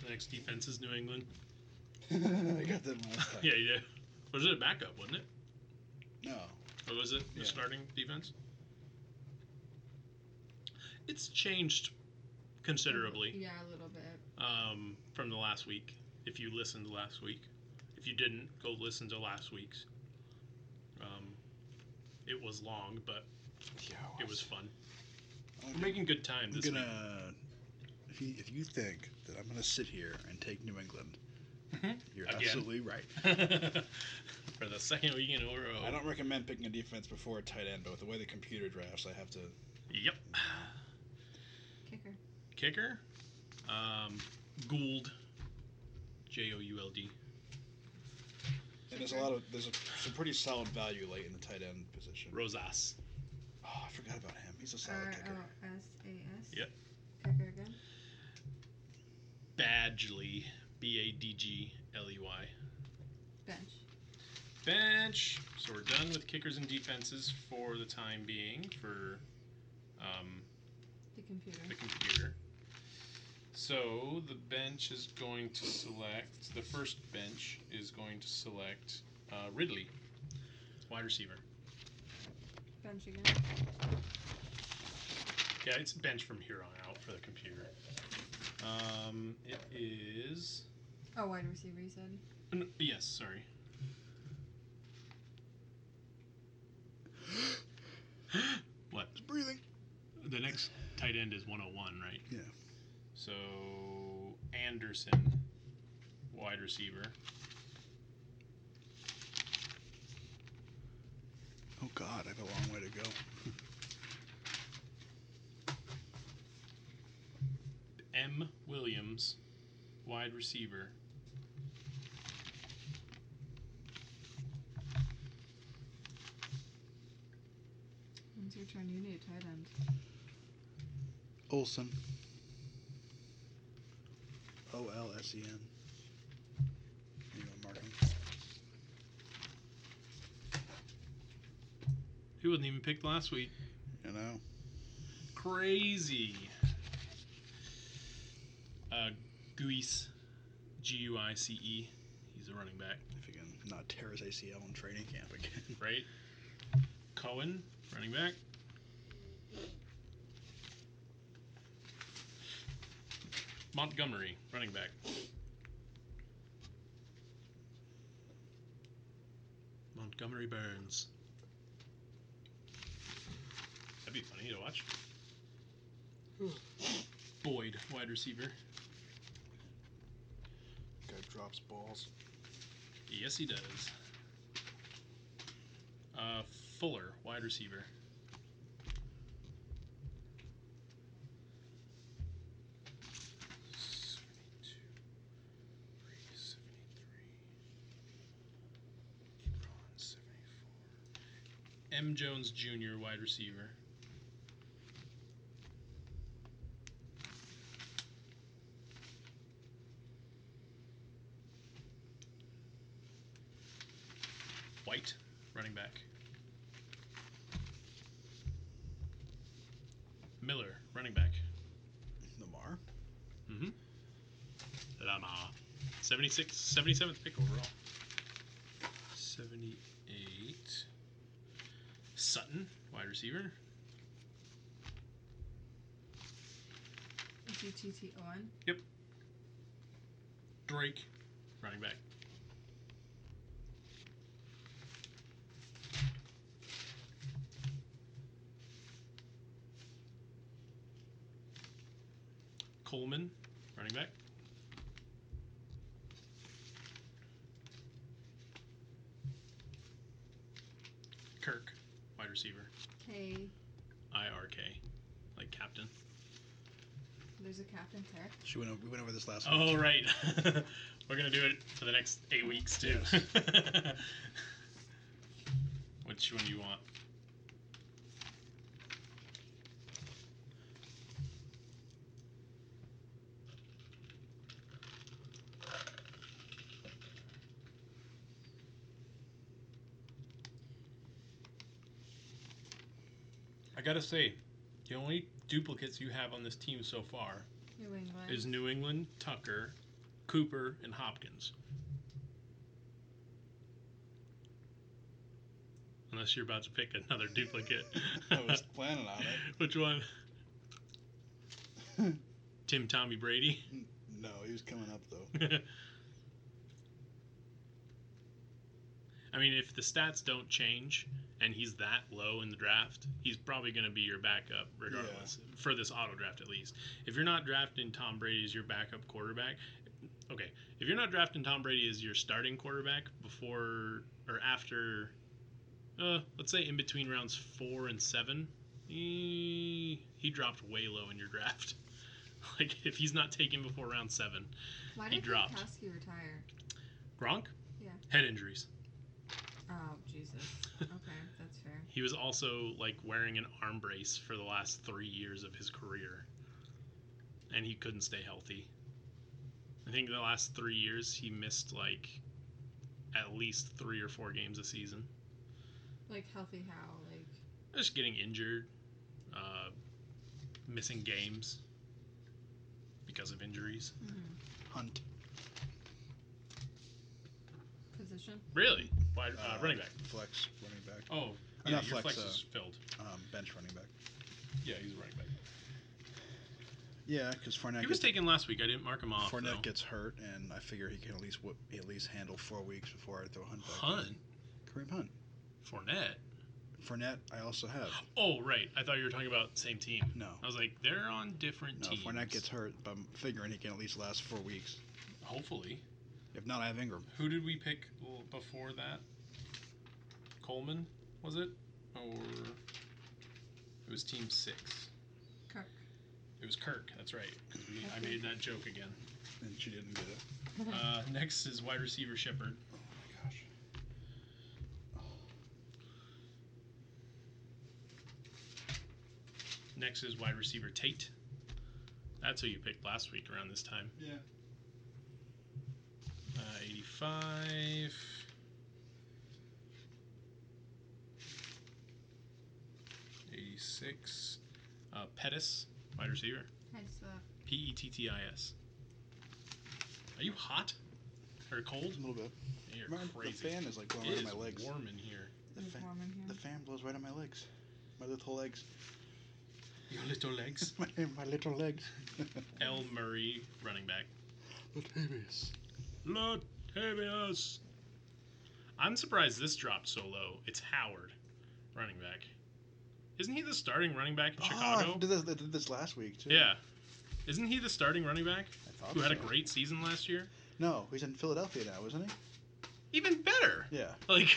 Speaker 1: The next defense is New England.
Speaker 2: I got that last time.
Speaker 1: Yeah, yeah. Was it a backup, wasn't it?
Speaker 2: No.
Speaker 1: Or was it the
Speaker 2: Yeah.
Speaker 1: starting defense? It's changed considerably
Speaker 3: Yeah, a little bit.
Speaker 1: um, from the last week. If you listened last week, if you didn't, go listen to last week's. Um, it was long, but
Speaker 2: Yeah,
Speaker 1: it was fun.
Speaker 2: I'm Oh,
Speaker 1: We're making good time this
Speaker 2: gonna.
Speaker 1: week.
Speaker 2: If you, if you think that I'm gonna sit here and take New England,
Speaker 1: Mhm.
Speaker 2: you're
Speaker 1: Again.
Speaker 2: absolutely right.
Speaker 1: For the second week in a row.
Speaker 4: I don't recommend picking a defense before a tight end, but with the way the computer drafts, I have to.
Speaker 1: Yep.
Speaker 3: Kicker.
Speaker 1: Kicker, um, Gould, J O U L D.
Speaker 4: And there's a lot of there's a, some pretty solid value late in the tight end position.
Speaker 1: Rosas.
Speaker 4: Oh, I forgot about him. He's a solid
Speaker 3: R
Speaker 4: kicker.
Speaker 3: O S A S.
Speaker 1: Yep.
Speaker 3: Kicker again.
Speaker 1: Badgley, B A D G L E Y.
Speaker 3: Bench.
Speaker 1: Bench. So we're done with kickers and defenses for the time being for um,
Speaker 3: The computer.
Speaker 1: the computer. So the bench is going to select, the first bench is going to select uh, Ridley, wide receiver.
Speaker 3: Bench again.
Speaker 1: Yeah, it's bench from here on out for the computer. Um, it is.
Speaker 3: Oh, wide receiver. You said.
Speaker 1: n- Yes, sorry. what?
Speaker 2: It's breathing.
Speaker 1: The next tight end is 101, right?
Speaker 2: Yeah.
Speaker 1: So Anderson, wide receiver.
Speaker 2: Oh God, I have a long way to go.
Speaker 1: M. Williams, wide receiver.
Speaker 3: It's your turn. You need a tight end.
Speaker 2: Olson. O L S E N. You gonna mark him?
Speaker 1: He wasn't even picked last week.
Speaker 2: You know.
Speaker 1: Crazy. Uh, Guice, G U I C E. He's a running back.
Speaker 2: If you can not tear his ACL in training camp again.
Speaker 1: right? Cohen, running back. Montgomery, running back. Montgomery Burns. That'd be funny to watch. Boyd, wide receiver.
Speaker 4: Guy drops balls.
Speaker 1: Yes, he does. Uh, Fuller, wide receiver. M. Jones Jr., wide receiver. White, running back. Miller, running back.
Speaker 2: Lamar.
Speaker 1: Mm-hmm. Lama. 76, 77th uh, pick overall. 78. Sutton, wide receiver.
Speaker 3: Is T T O N?
Speaker 1: Drake, running back. Coleman, running back. Kirk, wide receiver.
Speaker 3: K.
Speaker 1: IRK, like captain.
Speaker 3: There's a captain there.
Speaker 2: She went. Over, we went over this last
Speaker 1: Oh
Speaker 2: week.
Speaker 1: right, we're gonna do it for the next eight weeks too. Which one do you want? I gotta say, the only duplicates you have on this team so far
Speaker 3: New England.
Speaker 1: is New England, Tucker, Cooper, and Hopkins. Unless you're about to pick another duplicate.
Speaker 4: I was planning on it.
Speaker 1: Which one? Tim Tommy Brady.
Speaker 2: No, he was coming up though.
Speaker 1: I mean, if the stats don't change and he's that low in the draft, he's probably going to be your backup regardless for this auto draft at least. If you're not drafting Tom Brady as your backup quarterback, okay, if you're not drafting Tom Brady as your starting quarterback before or after, uh, let's say in between rounds four and seven, eh, he dropped way low in your draft. Like if he's not taken before round seven,
Speaker 3: Why
Speaker 1: He
Speaker 3: did
Speaker 1: dropped.
Speaker 3: Gronkowski retire?
Speaker 1: Gronk?
Speaker 3: Yeah.
Speaker 1: Head injuries.
Speaker 3: Oh Jesus. Okay, that's fair.
Speaker 1: He was also like wearing an arm brace for the last three years of his career. And he couldn't stay healthy. I think the last three years he missed like at least three or four games a season.
Speaker 3: Like healthy how? Like
Speaker 1: Just getting injured, uh, missing games because of injuries.
Speaker 3: mm-hmm.
Speaker 2: Hunt.
Speaker 3: position?
Speaker 1: Really? Wide, uh, running back.
Speaker 2: Flex running back.
Speaker 1: Oh,
Speaker 2: Uh,
Speaker 1: yeah,
Speaker 2: not
Speaker 1: your
Speaker 2: flex,
Speaker 1: flex
Speaker 2: uh,
Speaker 1: is filled.
Speaker 2: Um, bench running back.
Speaker 1: Yeah, he's a running back.
Speaker 2: Yeah, because Fournette,
Speaker 1: He was
Speaker 2: gets,
Speaker 1: taken last week. I didn't mark him off. though.
Speaker 2: Fournette gets hurt, and I figure he can at least wh- at least handle four weeks before I throw Hunt back. in.
Speaker 1: Hunt,
Speaker 2: Kareem Hunt.
Speaker 1: Fournette.
Speaker 2: Fournette, I also have.
Speaker 1: Oh, right. I thought you were talking about same team.
Speaker 2: No.
Speaker 1: I was like, they're on different
Speaker 2: No,
Speaker 1: teams.
Speaker 2: Fournette gets hurt, but I'm figuring he can at least last four weeks.
Speaker 1: Hopefully.
Speaker 2: If not, I have Ingram.
Speaker 1: Who did we pick l- before that? Coleman, was it? Or it was team six.
Speaker 3: Kirk.
Speaker 1: It was Kirk. That's right. 'cause we- I made that joke again.
Speaker 2: And she didn't get it.
Speaker 1: Uh, next is wide receiver Shepard.
Speaker 2: Oh my gosh.
Speaker 1: Next is wide receiver Tate. That's who you picked last week around this time.
Speaker 2: Yeah.
Speaker 1: Uh, 85. Eighty-six, uh, Pettis, wide receiver,
Speaker 3: I just thought
Speaker 1: P E T T I S. Are you hot or cold?
Speaker 2: A little bit.
Speaker 1: You're
Speaker 2: Man,
Speaker 1: crazy.
Speaker 2: The fan is like blowing
Speaker 1: It
Speaker 2: right on
Speaker 1: is
Speaker 2: my legs.
Speaker 1: warm in here.
Speaker 2: The,
Speaker 3: it was
Speaker 2: fan,
Speaker 3: warm in here.
Speaker 2: the fan blows right on my legs. My little legs.
Speaker 1: Your little legs.
Speaker 2: my, my little legs.
Speaker 1: L Murray, running back.
Speaker 2: Latavius.
Speaker 1: Latavius. I'm surprised this dropped so low. It's Howard, running back. Isn't he the starting running back in
Speaker 2: Oh,
Speaker 1: Chicago?
Speaker 2: I did this, I did this last week too.
Speaker 1: Yeah. Isn't he the starting running back
Speaker 2: I thought
Speaker 1: who had a
Speaker 2: so.
Speaker 1: great season last year?
Speaker 2: No, he's in Philadelphia now, isn't
Speaker 1: Even better.
Speaker 2: he? Yeah.
Speaker 1: Like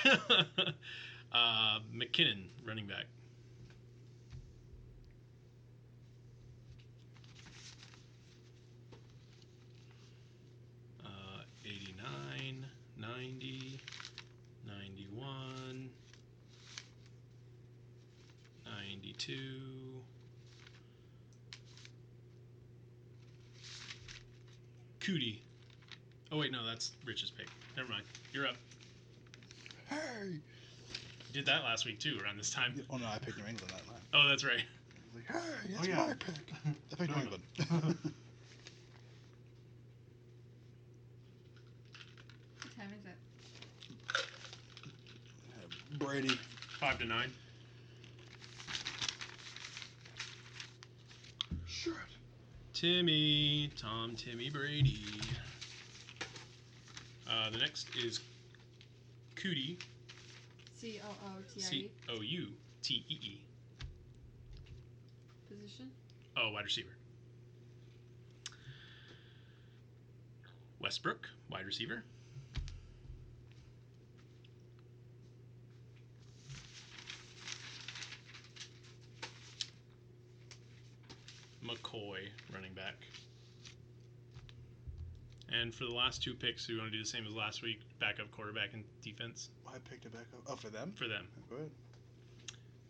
Speaker 1: uh, McKinnon, running back. Uh, 89, 90, 91, 92. Cootie. Oh, wait, no, that's Rich's pick. Never mind. You're up.
Speaker 2: Hey.
Speaker 1: Did that last week too, around this time.
Speaker 2: Oh no, I picked New England that line.
Speaker 1: Oh, that's right.
Speaker 2: Like, hey, that's
Speaker 1: yeah.
Speaker 2: my pick. I picked
Speaker 1: No, no.
Speaker 2: New England.
Speaker 3: what time is it?
Speaker 2: Brady.
Speaker 1: Five to nine.
Speaker 2: Sure.
Speaker 1: Timmy, Tom, Timmy Brady. Uh, the next is Cootie,
Speaker 3: C O O T I
Speaker 1: C
Speaker 3: E
Speaker 1: O U T E E.
Speaker 3: position?
Speaker 1: Oh, wide receiver. Westbrook, wide receiver. McCoy, running back. And for the last two picks, we want to do the same as last week backup quarterback and defense
Speaker 2: I picked it back up. Oh, for them.
Speaker 1: for them.
Speaker 2: Go ahead.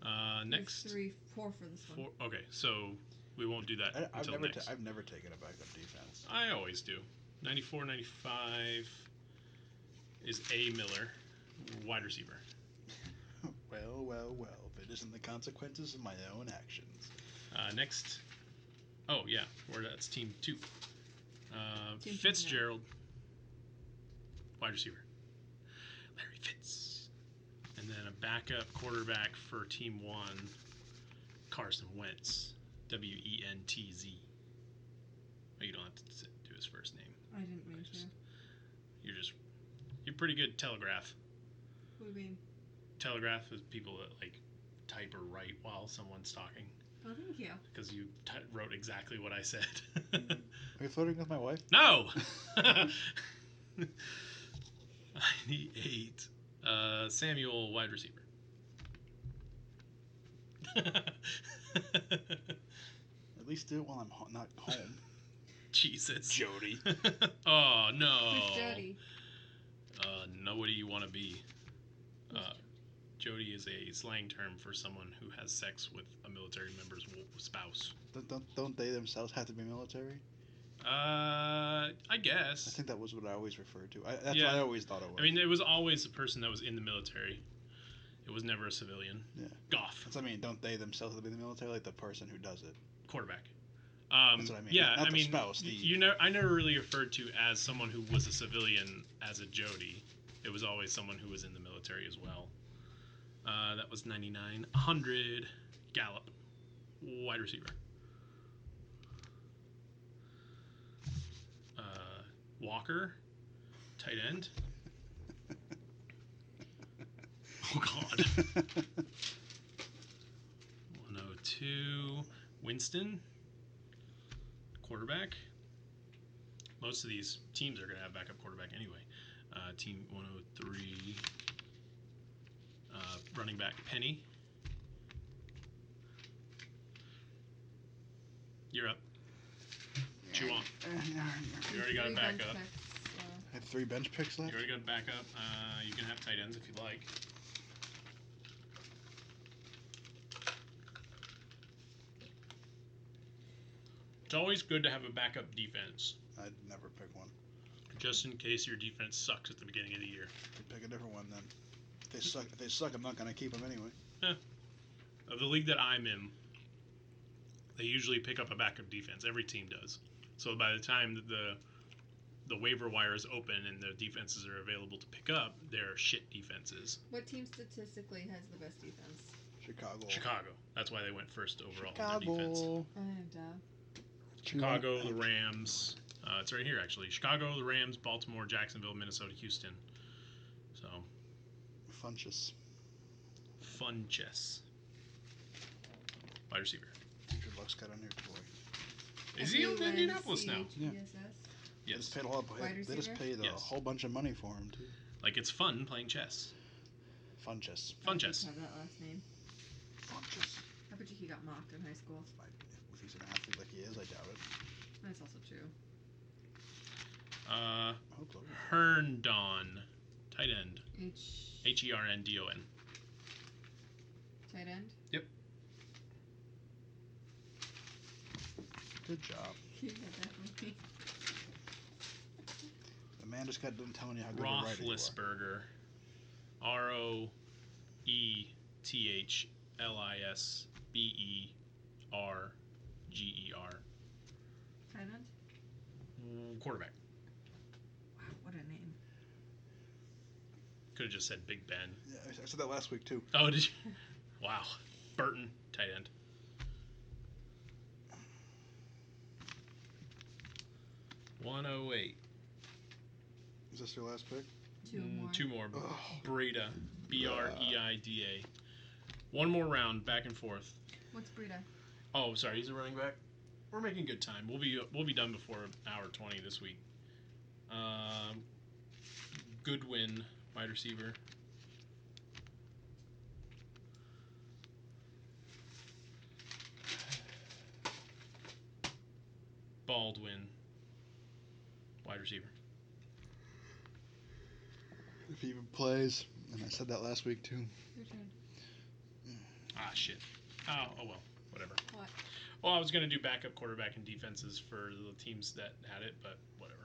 Speaker 1: Uh,
Speaker 3: There's
Speaker 1: next.
Speaker 3: three four for this one.
Speaker 1: Four, okay, so we won't do that
Speaker 2: I, I've
Speaker 1: until
Speaker 2: never,
Speaker 1: next.
Speaker 2: ta- I've never taken a backup defense.
Speaker 1: I always do. 94, 95 is A. Miller, wide receiver.
Speaker 2: Well, well, well. If it isn't the consequences of my own actions.
Speaker 1: Uh, next. Oh, yeah. Or that's team two. Uh,
Speaker 3: Team two, yeah.
Speaker 1: Fitzgerald, wide receiver. Larry Fitz. And then a backup quarterback for team one, Carson Wentz. W E N T Z. Oh, you don't have to s- do his first name.
Speaker 3: I didn't mean
Speaker 1: I just-
Speaker 3: to.
Speaker 1: You're just you're pretty good telegraph.
Speaker 3: What do you mean?
Speaker 1: Telegraph is people that like type or write while someone's talking
Speaker 3: Oh, thank you.
Speaker 1: because you t- wrote exactly what I said.
Speaker 2: Are you flirting with my wife?
Speaker 1: no. I need eight. Uh, Samuel, wide receiver.
Speaker 2: At least do it while I'm ho- not home.
Speaker 1: Jesus.
Speaker 2: Jody.
Speaker 1: oh no.
Speaker 3: Who's Jody?
Speaker 1: Uh, nobody you want to be.
Speaker 3: Who's
Speaker 1: Uh, Jody is a slang term for someone who has sex with a military member's w- spouse.
Speaker 2: Don't, don't, don't they themselves have to be military?
Speaker 1: Uh, I
Speaker 2: I
Speaker 1: guess.
Speaker 2: think that was what I always referred to. I, that's
Speaker 1: Yeah.
Speaker 2: what I always thought it was.
Speaker 1: I mean, it was always the person that was in the military. It was never a civilian.
Speaker 2: Yeah.
Speaker 1: Goff,
Speaker 2: that's, I mean, don't they themselves have to be the military? Like the person who does it.
Speaker 1: quarterback. Um,
Speaker 2: That's what I mean.
Speaker 1: Yeah, I
Speaker 2: Not the
Speaker 1: mean,
Speaker 2: spouse,
Speaker 1: y-
Speaker 2: the-
Speaker 1: you know, I never really referred to as someone who was a civilian as a Jody. It was always someone who was in the military as well. Uh, that was 99. 100, Gallup, wide receiver. Uh, Walker, tight end. Oh, God. 102, oh Winston, quarterback. Most of these teams are going to have backup quarterback anyway. Uh, team 103, uh, running back Penny. You're up. What you want? You already got a
Speaker 3: Three bench
Speaker 1: backup.
Speaker 3: picks,
Speaker 2: I
Speaker 3: so
Speaker 2: have three bench picks
Speaker 1: You
Speaker 2: left.
Speaker 1: already got a backup. Uh, you can have tight ends if you'd like. It's always good to have a backup defense.
Speaker 2: I'd never pick one.
Speaker 1: just in case your defense sucks at the beginning of the year.
Speaker 2: I'd pick a different one then. If they suck, if they suck, I'm not gonna keep them anyway.
Speaker 1: Of the league that I'm in, they usually pick up a backup defense. Every team does. So by the time that the the waiver wire is open and the defenses are available to pick up, they're shit defenses.
Speaker 3: What team statistically has the best defense?
Speaker 2: Chicago.
Speaker 1: Chicago. That's why they went first overall with their defense.
Speaker 2: Chicago.
Speaker 3: I have doubt.
Speaker 1: Chicago, the Rams. Uh, it's right here actually. Chicago, the Rams, Baltimore, Jacksonville, Minnesota, Houston. So
Speaker 2: Funches.
Speaker 1: fun chess. Wide receiver.
Speaker 2: Andrew Luck's got a new toy.
Speaker 1: Is he
Speaker 3: E
Speaker 1: in Indianapolis now?
Speaker 2: Yeah. They
Speaker 1: Yes.
Speaker 2: just paid a lot.
Speaker 3: Wide
Speaker 2: They just
Speaker 3: receiver?
Speaker 2: paid a
Speaker 1: Yes.
Speaker 2: whole bunch of money for him too.
Speaker 1: Like it's fun playing chess.
Speaker 2: Funches.
Speaker 1: Fun chess.
Speaker 3: Have that last name.
Speaker 2: Funches.
Speaker 3: I bet you he got mocked in high school.
Speaker 2: Like, if he's an athlete like he is, I doubt it.
Speaker 3: That's also true.
Speaker 1: Uh,
Speaker 2: I hope so.
Speaker 1: Herndon, tight end.
Speaker 3: H.
Speaker 1: H E R N D O N.
Speaker 3: Tight end.
Speaker 2: Good job.
Speaker 3: yeah, definitely.
Speaker 2: The man just got done telling you how good a writer you are.
Speaker 1: Roethlisberger. R O E T H L I S B E R G E R.
Speaker 3: Tight end.
Speaker 1: Mm, Quarterback.
Speaker 3: Wow, what a name.
Speaker 1: Could have just said Big Ben.
Speaker 2: Yeah, I- I said that last week too.
Speaker 1: Oh, did you? Wow. Burton, tight end. One oh eight.
Speaker 2: Is this your last pick?
Speaker 3: Two more.
Speaker 1: Mm, Two more.
Speaker 2: Oh,
Speaker 1: Breida. B R E I D A. One more round, back and forth.
Speaker 3: What's Brita?
Speaker 1: Oh, sorry, he's a running back. We're making good time. We'll be we'll be done before hour twenty this week. Um, Goodwin, wide receiver. Baldwin, wide receiver.
Speaker 2: if he even plays. And I said that last week too.
Speaker 3: Your turn.
Speaker 1: Ah, shit. Oh, oh well, whatever.
Speaker 3: What?
Speaker 1: Well, I was gonna do backup quarterback and defenses for the teams that had it, but whatever.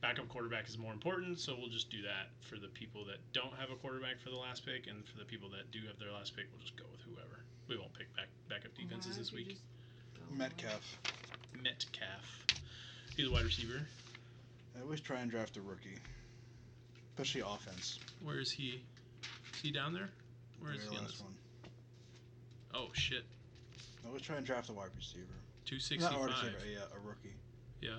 Speaker 1: Backup quarterback is more important, so we'll just do that for the people that don't have a quarterback for the last pick, and for the people that do have their last pick, we'll just go with whoever. We won't pick back backup defenses
Speaker 3: Why
Speaker 1: this
Speaker 3: don't you
Speaker 1: week.
Speaker 3: just go with-
Speaker 4: Metcalf.
Speaker 1: Metcalf, he's a wide receiver.
Speaker 4: I always try and draft a rookie, especially offense.
Speaker 1: Where is he? Is he down there? Where is
Speaker 4: Very
Speaker 1: he on
Speaker 4: last
Speaker 1: this?
Speaker 4: one?
Speaker 1: Oh shit!
Speaker 4: I always try and draft a wide receiver.
Speaker 1: Two
Speaker 2: Not
Speaker 1: sixty-five.
Speaker 2: already a, uh, a rookie.
Speaker 1: Yeah.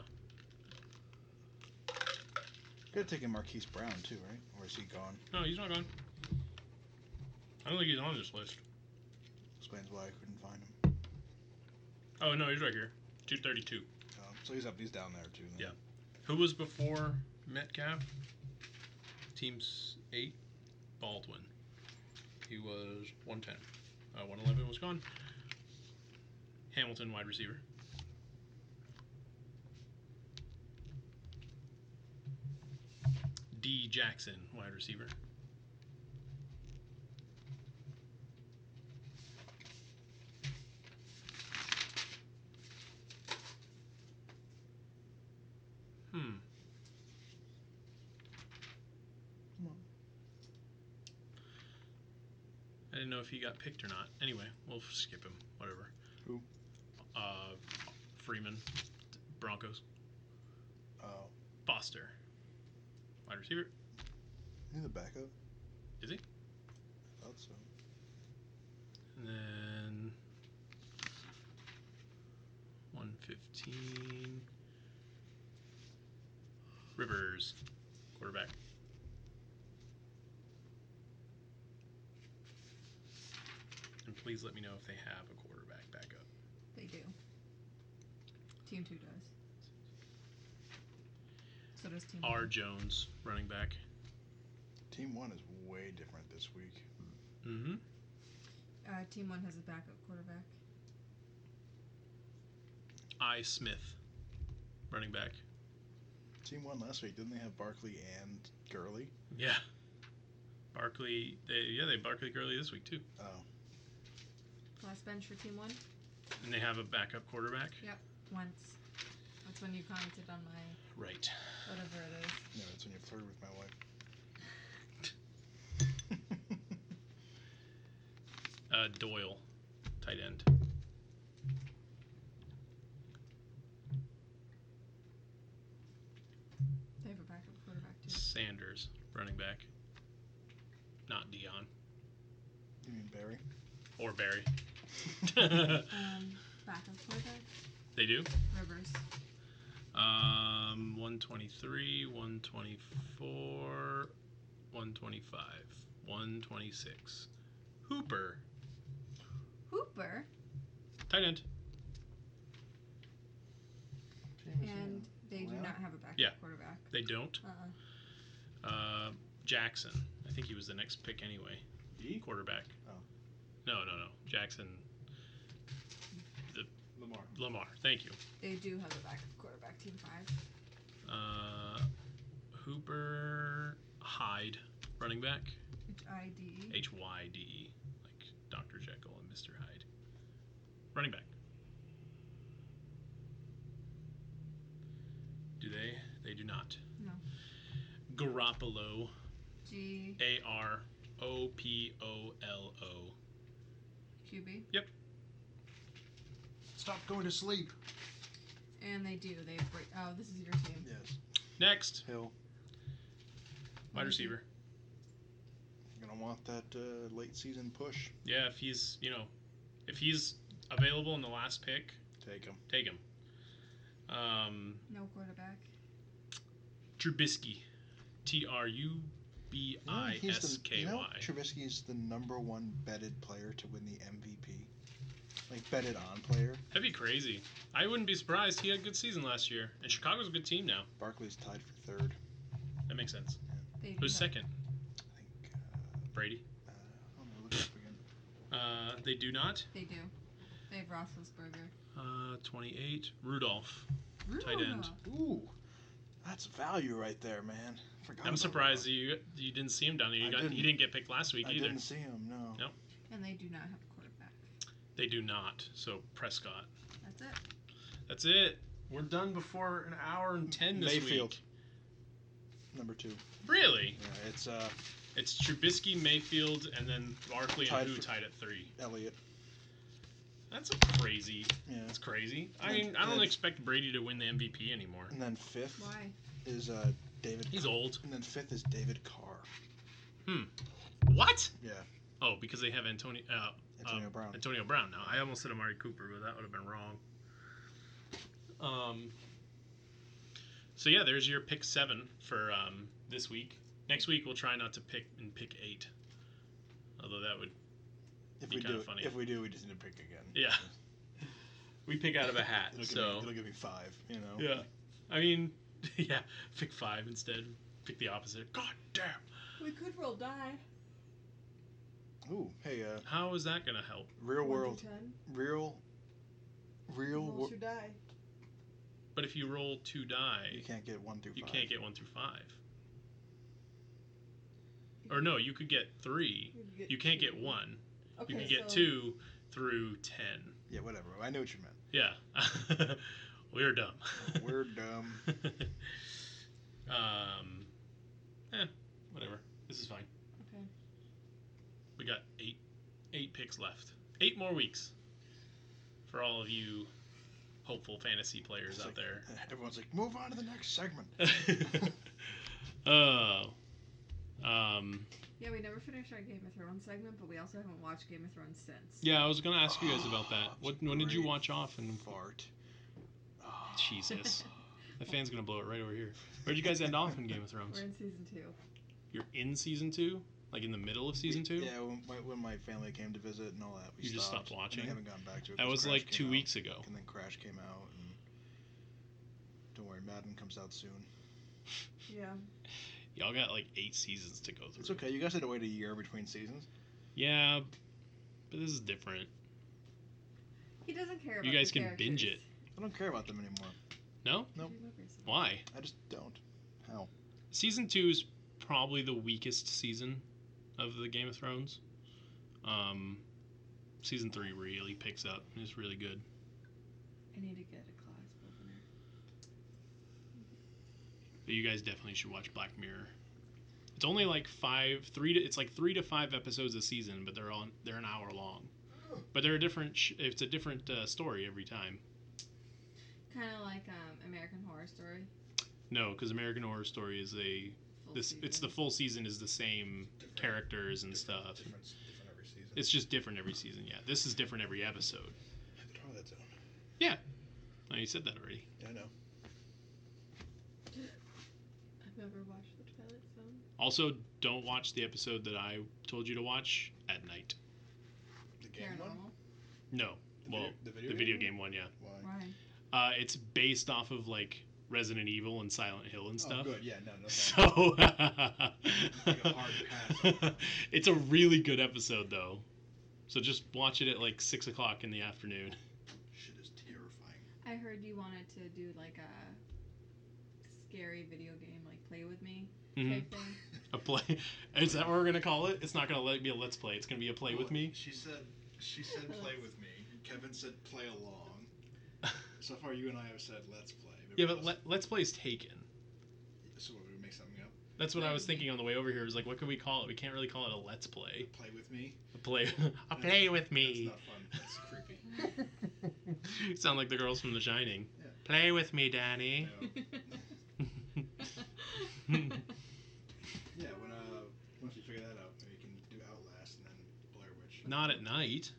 Speaker 2: Could have taken Marquise Brown too, right? Or is he gone?
Speaker 1: No, he's not gone. I don't think he's on this list.
Speaker 2: Explains why I couldn't find him.
Speaker 1: Oh no, he's right here. Two thirty-two.
Speaker 2: Um, so he's up. He's down there too. Then.
Speaker 1: Yeah. Who was before Metcalf? Teams eight. Baldwin. He was one ten. Uh, one eleven was gone. Hamilton, wide receiver. D. Jackson, wide receiver. Hmm.
Speaker 2: Well.
Speaker 1: I didn't know if he got picked or not. Anyway, we'll skip him. Whatever.
Speaker 2: Who?
Speaker 1: Uh, Freeman, Broncos.
Speaker 2: Oh,
Speaker 1: Foster, wide receiver.
Speaker 2: he's the backup.
Speaker 1: Is he?
Speaker 2: I thought so.
Speaker 1: And then 115. Rivers, quarterback. And please let me know if they have a quarterback backup.
Speaker 3: They do. Team two does. So does team
Speaker 1: R.
Speaker 3: one.
Speaker 1: Jones, running back.
Speaker 2: Team one is way different this week.
Speaker 1: Mm hmm.
Speaker 3: Uh, team one has a backup quarterback.
Speaker 1: I. Smith, running back.
Speaker 2: Team one last week didn't they have Barkley and Gurley?
Speaker 1: Yeah. Barkley, they, yeah, they Barkley Gurley this week too.
Speaker 2: Oh,
Speaker 3: Last bench for team one.
Speaker 1: And they have a backup quarterback.
Speaker 3: Once. That's when you commented on my
Speaker 1: Right.
Speaker 3: whatever it is.
Speaker 2: no, that's when you flirted with my wife.
Speaker 1: Uh, Doyle, tight end.
Speaker 3: They have a backup quarterback too.
Speaker 1: Sanders, running back. Not Dion
Speaker 2: you mean Barry?
Speaker 1: or Barry. they
Speaker 3: Um, backup quarterback.
Speaker 1: do.
Speaker 3: Rivers.
Speaker 1: Um, 123, 124, 125, 126. Hooper,
Speaker 3: Hooper.
Speaker 1: tight end.
Speaker 3: And they do
Speaker 2: Well.
Speaker 3: not have a backup
Speaker 1: Yeah.
Speaker 3: quarterback.
Speaker 1: They don't.
Speaker 3: Uh-uh.
Speaker 1: Uh, Jackson. I think he was the next pick anyway. Quarterback.
Speaker 2: Oh.
Speaker 1: No, no, no. Jackson
Speaker 2: Lamar.
Speaker 1: Lamar. Thank you.
Speaker 3: They do have a backup quarterback, team five.
Speaker 1: Uh, Hooper Hyde, running back.
Speaker 3: Which ID.
Speaker 1: H Y D E, like Dr. Jekyll and Mr. Hyde. Running back. Do they? They do not.
Speaker 3: No.
Speaker 1: Garoppolo,
Speaker 3: G
Speaker 1: A R O P O L O.
Speaker 3: QB.
Speaker 2: Stop going to sleep.
Speaker 3: And they do. They break. Oh, this is your team.
Speaker 2: Yes.
Speaker 1: Next,
Speaker 2: Hill.
Speaker 1: wide receiver.
Speaker 2: You're gonna want that uh, late season push.
Speaker 1: Yeah, if he's, you know, if he's available in the last pick,
Speaker 2: Take him.
Speaker 1: take him. Um,
Speaker 3: No quarterback.
Speaker 1: Trubisky. T R U B I S K
Speaker 2: You know,
Speaker 1: Y.
Speaker 2: Trubisky is the number one betted player to win the MVP. Like betted on player.
Speaker 1: That'd be crazy. I wouldn't be surprised. He had a good season last year. And Chicago's a good team now.
Speaker 2: Barkley's tied for third.
Speaker 1: That makes sense.
Speaker 3: They do
Speaker 1: Who's
Speaker 3: have-
Speaker 1: second?
Speaker 2: I think. Uh,
Speaker 1: Brady.
Speaker 2: uh, I'm gonna look it up again.
Speaker 1: Uh, they do not.
Speaker 3: They do. They have Roethlisberger.
Speaker 1: Uh, 28. Rudolph. Tight end.
Speaker 3: Rudolph.
Speaker 2: Ooh, that's value right there, man. Forgot.
Speaker 1: I'm
Speaker 2: about
Speaker 1: surprised
Speaker 2: that.
Speaker 1: you you didn't see him down there. You
Speaker 2: I
Speaker 1: got, He
Speaker 2: didn't.
Speaker 1: didn't get picked last week
Speaker 2: I
Speaker 1: either.
Speaker 2: didn't see him. No.
Speaker 1: Nope.
Speaker 3: And they do not have a quarterback.
Speaker 1: They do not. So Prescott.
Speaker 3: That's it.
Speaker 1: That's it. We're done before an hour and 10 this
Speaker 2: Mayfield.
Speaker 1: week.
Speaker 2: Number two.
Speaker 1: Really?
Speaker 2: Yeah, it's uh
Speaker 1: It's Trubisky, Mayfield, and then Barkley
Speaker 2: Tied
Speaker 1: and Who
Speaker 2: for-
Speaker 1: tied at three.
Speaker 2: Elliott.
Speaker 1: That's a crazy.
Speaker 2: Yeah.
Speaker 1: That's crazy. I
Speaker 2: And-
Speaker 1: mean, I don't
Speaker 2: and-
Speaker 1: expect Brady to win the MVP anymore.
Speaker 2: And then fifth
Speaker 3: Why?
Speaker 2: is uh David.
Speaker 1: He's old.
Speaker 2: And then fifth is David Carr.
Speaker 1: What?
Speaker 2: Yeah.
Speaker 1: Oh, because they have Antonio uh,
Speaker 2: Antonio Brown.
Speaker 1: Antonio Brown now. I almost said Amari Cooper, but that would have been wrong. Um, so yeah, there's your pick seven for um, this week. Next week we'll try not to pick and pick eight, although that would
Speaker 2: If
Speaker 1: Be
Speaker 2: we
Speaker 1: kinda
Speaker 2: do,
Speaker 1: funny.
Speaker 2: if we do, we just need to pick again.
Speaker 1: Yeah. we pick out of a hat.
Speaker 2: It'll give, me,
Speaker 1: so
Speaker 2: it'll give me five. You know.
Speaker 1: yeah, I mean yeah, pick five instead. Pick the opposite. God damn!
Speaker 3: We could roll die.
Speaker 2: Ooh, hey, uh,
Speaker 1: How is that gonna help?
Speaker 2: real
Speaker 3: One to
Speaker 2: world,
Speaker 3: ten.
Speaker 2: real, real.
Speaker 3: Rolls
Speaker 2: Wor-
Speaker 3: your die.
Speaker 1: But if you roll two
Speaker 2: you
Speaker 1: die,
Speaker 2: can't get one through.
Speaker 1: you
Speaker 2: five.
Speaker 1: can't get one through five. Or no, you could get three.
Speaker 3: You,
Speaker 1: You can't
Speaker 3: two.
Speaker 1: get one.
Speaker 3: Okay,
Speaker 1: You can get
Speaker 3: so
Speaker 1: two through ten.
Speaker 2: Yeah, whatever. I know what you meant.
Speaker 1: Yeah. We're dumb.
Speaker 2: We're dumb.
Speaker 1: um, eh, whatever. This is fine.
Speaker 3: Okay.
Speaker 1: We got eight, eight picks left. Eight more weeks for all of you hopeful fantasy players
Speaker 2: It's
Speaker 1: out
Speaker 2: like-
Speaker 1: there.
Speaker 2: Everyone's like, move on to the next segment.
Speaker 1: oh, um,
Speaker 3: Yeah, we never finished our Game of Thrones segment, but we also haven't watched Game of Thrones since.
Speaker 1: yeah. I was gonna ask you guys about that. What when did you
Speaker 2: Ah, Great
Speaker 1: watch off and
Speaker 2: fart?
Speaker 1: Jesus? The fan's gonna blow it right over here. Where'd you guys end off in Game of Thrones?
Speaker 3: We're in season two.
Speaker 1: You're in season two, like in the middle of season two.
Speaker 2: Yeah, when my, when my family came to visit and all that, we
Speaker 1: You just stopped
Speaker 2: and I
Speaker 1: watching?
Speaker 2: haven't gone back to it.
Speaker 1: That
Speaker 2: 'cause
Speaker 1: was
Speaker 2: Crash
Speaker 1: like
Speaker 2: came
Speaker 1: two
Speaker 2: out,
Speaker 1: weeks ago.
Speaker 2: And then Crash came out. And don't worry, Madden comes out soon.
Speaker 3: Yeah.
Speaker 1: Y'all got like eight seasons to go through.
Speaker 2: It's okay. You guys had to wait a year between seasons.
Speaker 1: Yeah, but this is different.
Speaker 3: He doesn't care about
Speaker 1: You guys
Speaker 3: the
Speaker 1: can binge
Speaker 3: characters.
Speaker 2: I don't care about them anymore.
Speaker 1: No?
Speaker 2: Nope.
Speaker 3: You love yourself.
Speaker 1: Why?
Speaker 2: I just don't. How?
Speaker 1: Season two is probably the weakest season of the Game of Thrones. Um, season three really picks up and is really good.
Speaker 3: I need to get a class opener.
Speaker 1: But you guys definitely should watch Black Mirror. It's only like five, three to it's like three to five episodes a season, but they're on they're an hour long. But they're a different. Sh- it's a different uh, story every time.
Speaker 3: Kind of like um, American Horror Story.
Speaker 1: No, because American Horror Story is a
Speaker 3: full
Speaker 1: this. It's the
Speaker 3: season.
Speaker 1: full season is the same characters and stuff.
Speaker 2: Different, different every season.
Speaker 1: It's just different every season. Yeah, this is different every episode.
Speaker 2: the Twilight Zone.
Speaker 1: Oh, you said that already.
Speaker 2: I know.
Speaker 3: I've never watched The Twilight Zone.
Speaker 1: Also, don't watch the episode that I told you to watch at night.
Speaker 2: The game one.
Speaker 3: Paranormal.
Speaker 1: No,
Speaker 2: The
Speaker 1: well,
Speaker 2: video, the video,
Speaker 1: the video game one, yeah.
Speaker 2: Why?
Speaker 3: Why?
Speaker 1: Uh, it's based off of like Resident Evil and Silent Hill and
Speaker 2: Oh,
Speaker 1: stuff.
Speaker 2: good. Yeah, no, no. thank you.
Speaker 1: So
Speaker 2: hard pass.
Speaker 1: it's a really good episode though. So just watch it at like six o'clock in the afternoon.
Speaker 2: Shit is terrifying.
Speaker 3: I heard you wanted to do like a scary video game, like play with me
Speaker 1: Mhm.
Speaker 3: type thing.
Speaker 1: A play. Is that what we're gonna call it? It's not gonna let be a let's play. It's gonna be a play with me.
Speaker 2: She said, she said play with me. Kevin said play along. So far, you and I have said let's play.
Speaker 1: Yeah, but let, let's play is taken.
Speaker 2: So what, we make something up?
Speaker 1: That's what I was thinking on the way over here. Is like, what could we call it? We can't really call it a let's play.
Speaker 2: Play with me.
Speaker 1: A play, a play with me.
Speaker 2: That's not fun. That's creepy.
Speaker 1: Sound like the girls from The Shining.
Speaker 2: Yeah.
Speaker 1: Play with me, Danny.
Speaker 2: No. Yeah, when uh, once you figure that out, then you can do Outlast and then Blair Witch.
Speaker 1: not at night.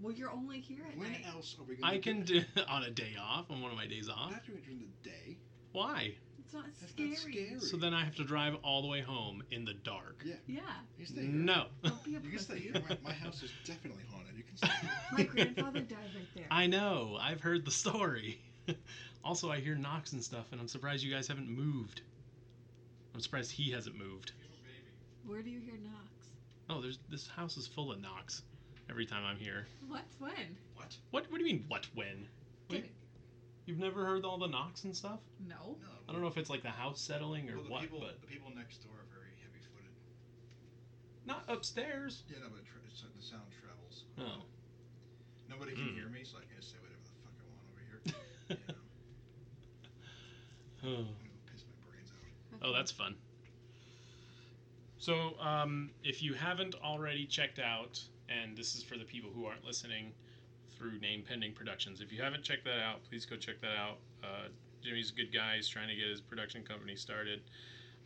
Speaker 3: well, you're only here at
Speaker 2: When
Speaker 3: night.
Speaker 2: else are we gonna?
Speaker 1: I
Speaker 2: do
Speaker 1: can
Speaker 2: it?
Speaker 1: do on a day off, on one of my days off.
Speaker 2: Not doing it during the day.
Speaker 1: Why?
Speaker 3: It's not
Speaker 2: That's
Speaker 3: scary.
Speaker 2: not scary.
Speaker 1: So then I have to drive all the way home in the dark.
Speaker 2: Yeah.
Speaker 3: Yeah.
Speaker 2: you can stay here.
Speaker 1: No.
Speaker 3: Don't be a
Speaker 2: You can stay
Speaker 3: pussy.
Speaker 2: here. My, my house is definitely haunted. You can stay here.
Speaker 3: My grandfather died right there.
Speaker 1: I know. I've heard the story. also, I hear knocks and stuff, and I'm surprised you guys haven't moved. I'm surprised he hasn't moved.
Speaker 3: Where do you hear knocks?
Speaker 1: Oh, there's this house is full of knocks. Every time I'm here.
Speaker 3: What? When?
Speaker 2: What?
Speaker 1: What? What do you mean? What? When? Oh, What?
Speaker 3: Get it.
Speaker 1: You've never heard all the knocks and stuff?
Speaker 3: No.
Speaker 2: No.
Speaker 1: I don't know if it's like the house settling or
Speaker 2: Well, the
Speaker 1: what,
Speaker 2: people,
Speaker 1: but
Speaker 2: the people next door are very heavy-footed.
Speaker 1: not upstairs.
Speaker 2: Yeah, no, but it tra- it's, the sound travels.
Speaker 1: Oh.
Speaker 2: Nobody can
Speaker 1: Mm.
Speaker 2: hear me, so I can just say whatever the fuck I want over here. You know,
Speaker 1: oh.
Speaker 2: I'm gonna piss my brains out.
Speaker 1: Oh, that's fun. So, um, if you haven't already checked out, and this is for the people who aren't listening through Name Pending Productions, if you haven't checked that out, please go check that out. Uh, Jimmy's a good guy. He's trying to get his production company started.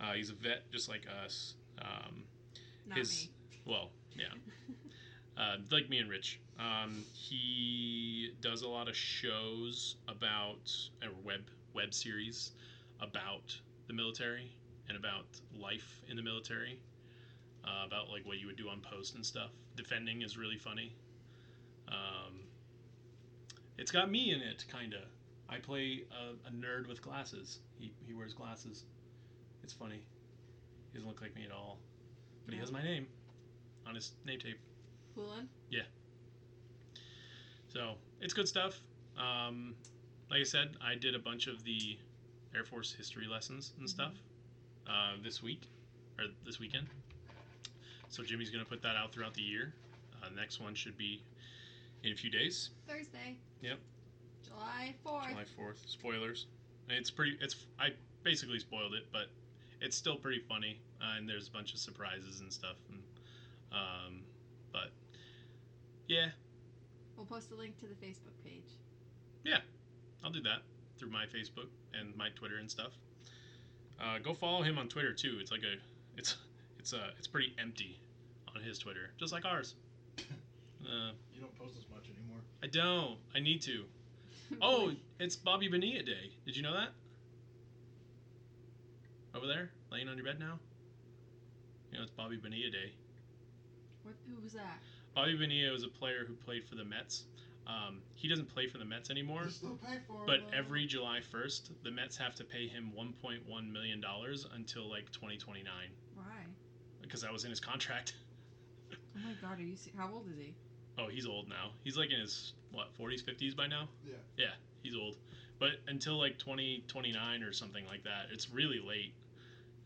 Speaker 1: Uh, he's a vet just like us. Um,
Speaker 3: Not
Speaker 1: his-
Speaker 3: me.
Speaker 1: well, yeah. Uh, like me and Rich. Um, he does a lot of shows about or web web series about the military and about life in the military, uh, about like what you would do on post and stuff. Defending is really funny. Um, it's got me in it, kinda. I play a, a nerd with glasses. He he wears glasses. It's funny. He doesn't look like me at all, but he
Speaker 3: No.
Speaker 1: has my name on his name tape.
Speaker 3: Poulin?
Speaker 1: So it's good stuff. Um, like I said, I did a bunch of the Air Force history lessons and stuff uh, this week or this weekend. So Jimmy's going to put that out throughout the year. Uh, next one should be in a few days,
Speaker 3: Thursday.
Speaker 1: Yep.
Speaker 3: July 4th.
Speaker 1: July fourth. Spoilers. And It's pretty. It's I basically spoiled it, but it's still pretty funny. Uh, and there's a bunch of surprises and stuff. And, um, but yeah,
Speaker 3: We'll post a link to the Facebook page.
Speaker 1: I'll do that through my Facebook and my Twitter and stuff. Uh, go follow him on Twitter too. It's like a, it's it's uh it's pretty empty on his Twitter, just like ours. Uh,
Speaker 4: You don't post as much anymore.
Speaker 1: I don't. I need to. Oh, it's Bobby Bonilla Day. Did you know that? Over there, laying on your bed now. You know it's Bobby Bonilla Day.
Speaker 3: what, who was that?
Speaker 1: Bobby Bonilla was a player who played for the Mets. Um, he doesn't play for the Mets anymore.
Speaker 4: You still pay for it,
Speaker 1: But
Speaker 4: though.
Speaker 1: every July 1st, the Mets have to pay him 1.1 million dollars until like 2029
Speaker 3: Why?
Speaker 1: because that was in his contract.
Speaker 3: Oh my god, are you se- how old is he?
Speaker 1: Oh, he's old now. He's like in his what 40s, 50s by now.
Speaker 4: Yeah.
Speaker 1: Yeah, he's old. But until like 2029 or something like that, it's really late.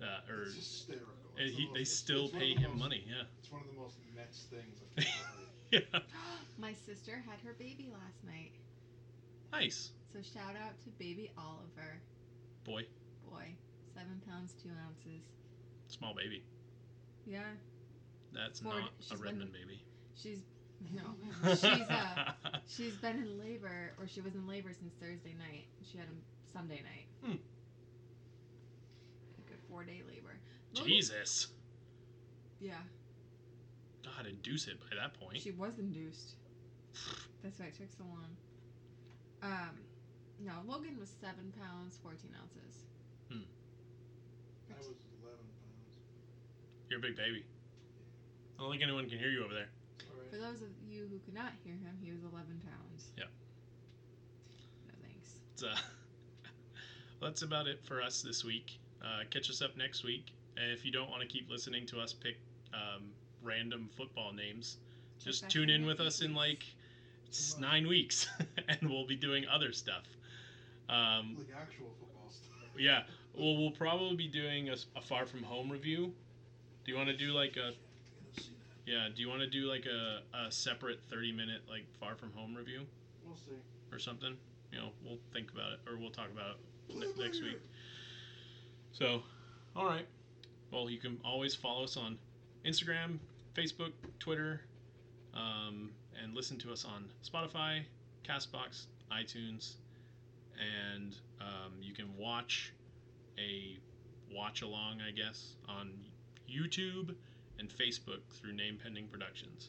Speaker 1: Uh, or
Speaker 4: It's hysterical.
Speaker 1: and
Speaker 4: It's the
Speaker 1: he,
Speaker 4: most-
Speaker 1: they
Speaker 4: it's-
Speaker 1: still
Speaker 4: it's one of
Speaker 1: pay
Speaker 4: the
Speaker 1: him
Speaker 4: most-
Speaker 1: money. Yeah.
Speaker 4: It's one of the most Mets things I've ever heard.
Speaker 1: yeah.
Speaker 3: My sister had her baby last night.
Speaker 1: Nice
Speaker 3: So shout out to baby Oliver.
Speaker 1: boy,
Speaker 3: Boy, seven pounds, two ounces.
Speaker 1: small baby.
Speaker 3: Yeah,
Speaker 1: That's
Speaker 3: Ford-
Speaker 1: not
Speaker 3: she's
Speaker 1: a
Speaker 3: been-
Speaker 1: Redmond baby.
Speaker 3: she's, no, she's, uh, She's been in labor, or she was in labor since Thursday night. She had him Sunday night.
Speaker 1: Hmm.
Speaker 3: Like a four day labor. Logan-
Speaker 1: Jesus.
Speaker 3: Yeah,
Speaker 1: God, induce it by that point.
Speaker 3: she was induced. That's why it took so long. Um, no, Logan was seven pounds, 14 ounces.
Speaker 1: Hmm.
Speaker 4: I was 11 pounds.
Speaker 1: You're a big baby. I don't think anyone can hear you over there.
Speaker 4: All
Speaker 3: For
Speaker 4: right.
Speaker 3: those of you who could not hear him, he was 11 pounds.
Speaker 1: Yeah.
Speaker 3: No thanks.
Speaker 1: It's, uh, well, that's about it for us this week. Uh, catch us up next week. And if you don't want to keep listening to us pick um, random football names,
Speaker 3: Check
Speaker 1: just
Speaker 3: back
Speaker 1: tune in with
Speaker 3: next
Speaker 1: us in
Speaker 3: week.
Speaker 1: like s- nine weeks, and we'll be doing other stuff. Um,
Speaker 4: Like actual football stuff.
Speaker 1: yeah, well, we'll probably be doing a, s- a far from home review. Do you want to do like a
Speaker 4: I gotta see that.
Speaker 1: yeah? Do you want to do like a, a separate thirty minute like far from home review?
Speaker 4: We'll see.
Speaker 1: or something. You know, we'll think about it or we'll talk about it. Ne- next week. So, all right. Well, you can always follow us on Instagram, Facebook, Twitter, um, and listen to us on Spotify, Castbox, iTunes, and um, you can watch a watch along, I guess, on YouTube and Facebook through Name Pending Productions.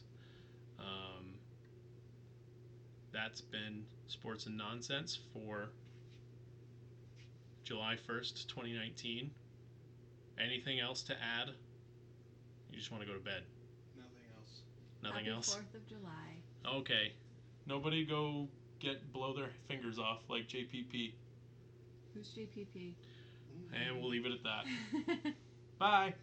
Speaker 1: Um, that's been Sports and Nonsense for July 1st, 2019. Anything else to add? You just want to go to bed.
Speaker 4: Nothing else.
Speaker 1: Nothing
Speaker 3: Happy
Speaker 1: else?
Speaker 3: 4th of July.
Speaker 1: Okay. Nobody go get blow their fingers off like JPP.
Speaker 3: Who's JPP?
Speaker 1: And we'll leave it at that.
Speaker 3: Bye.
Speaker 1: Bye.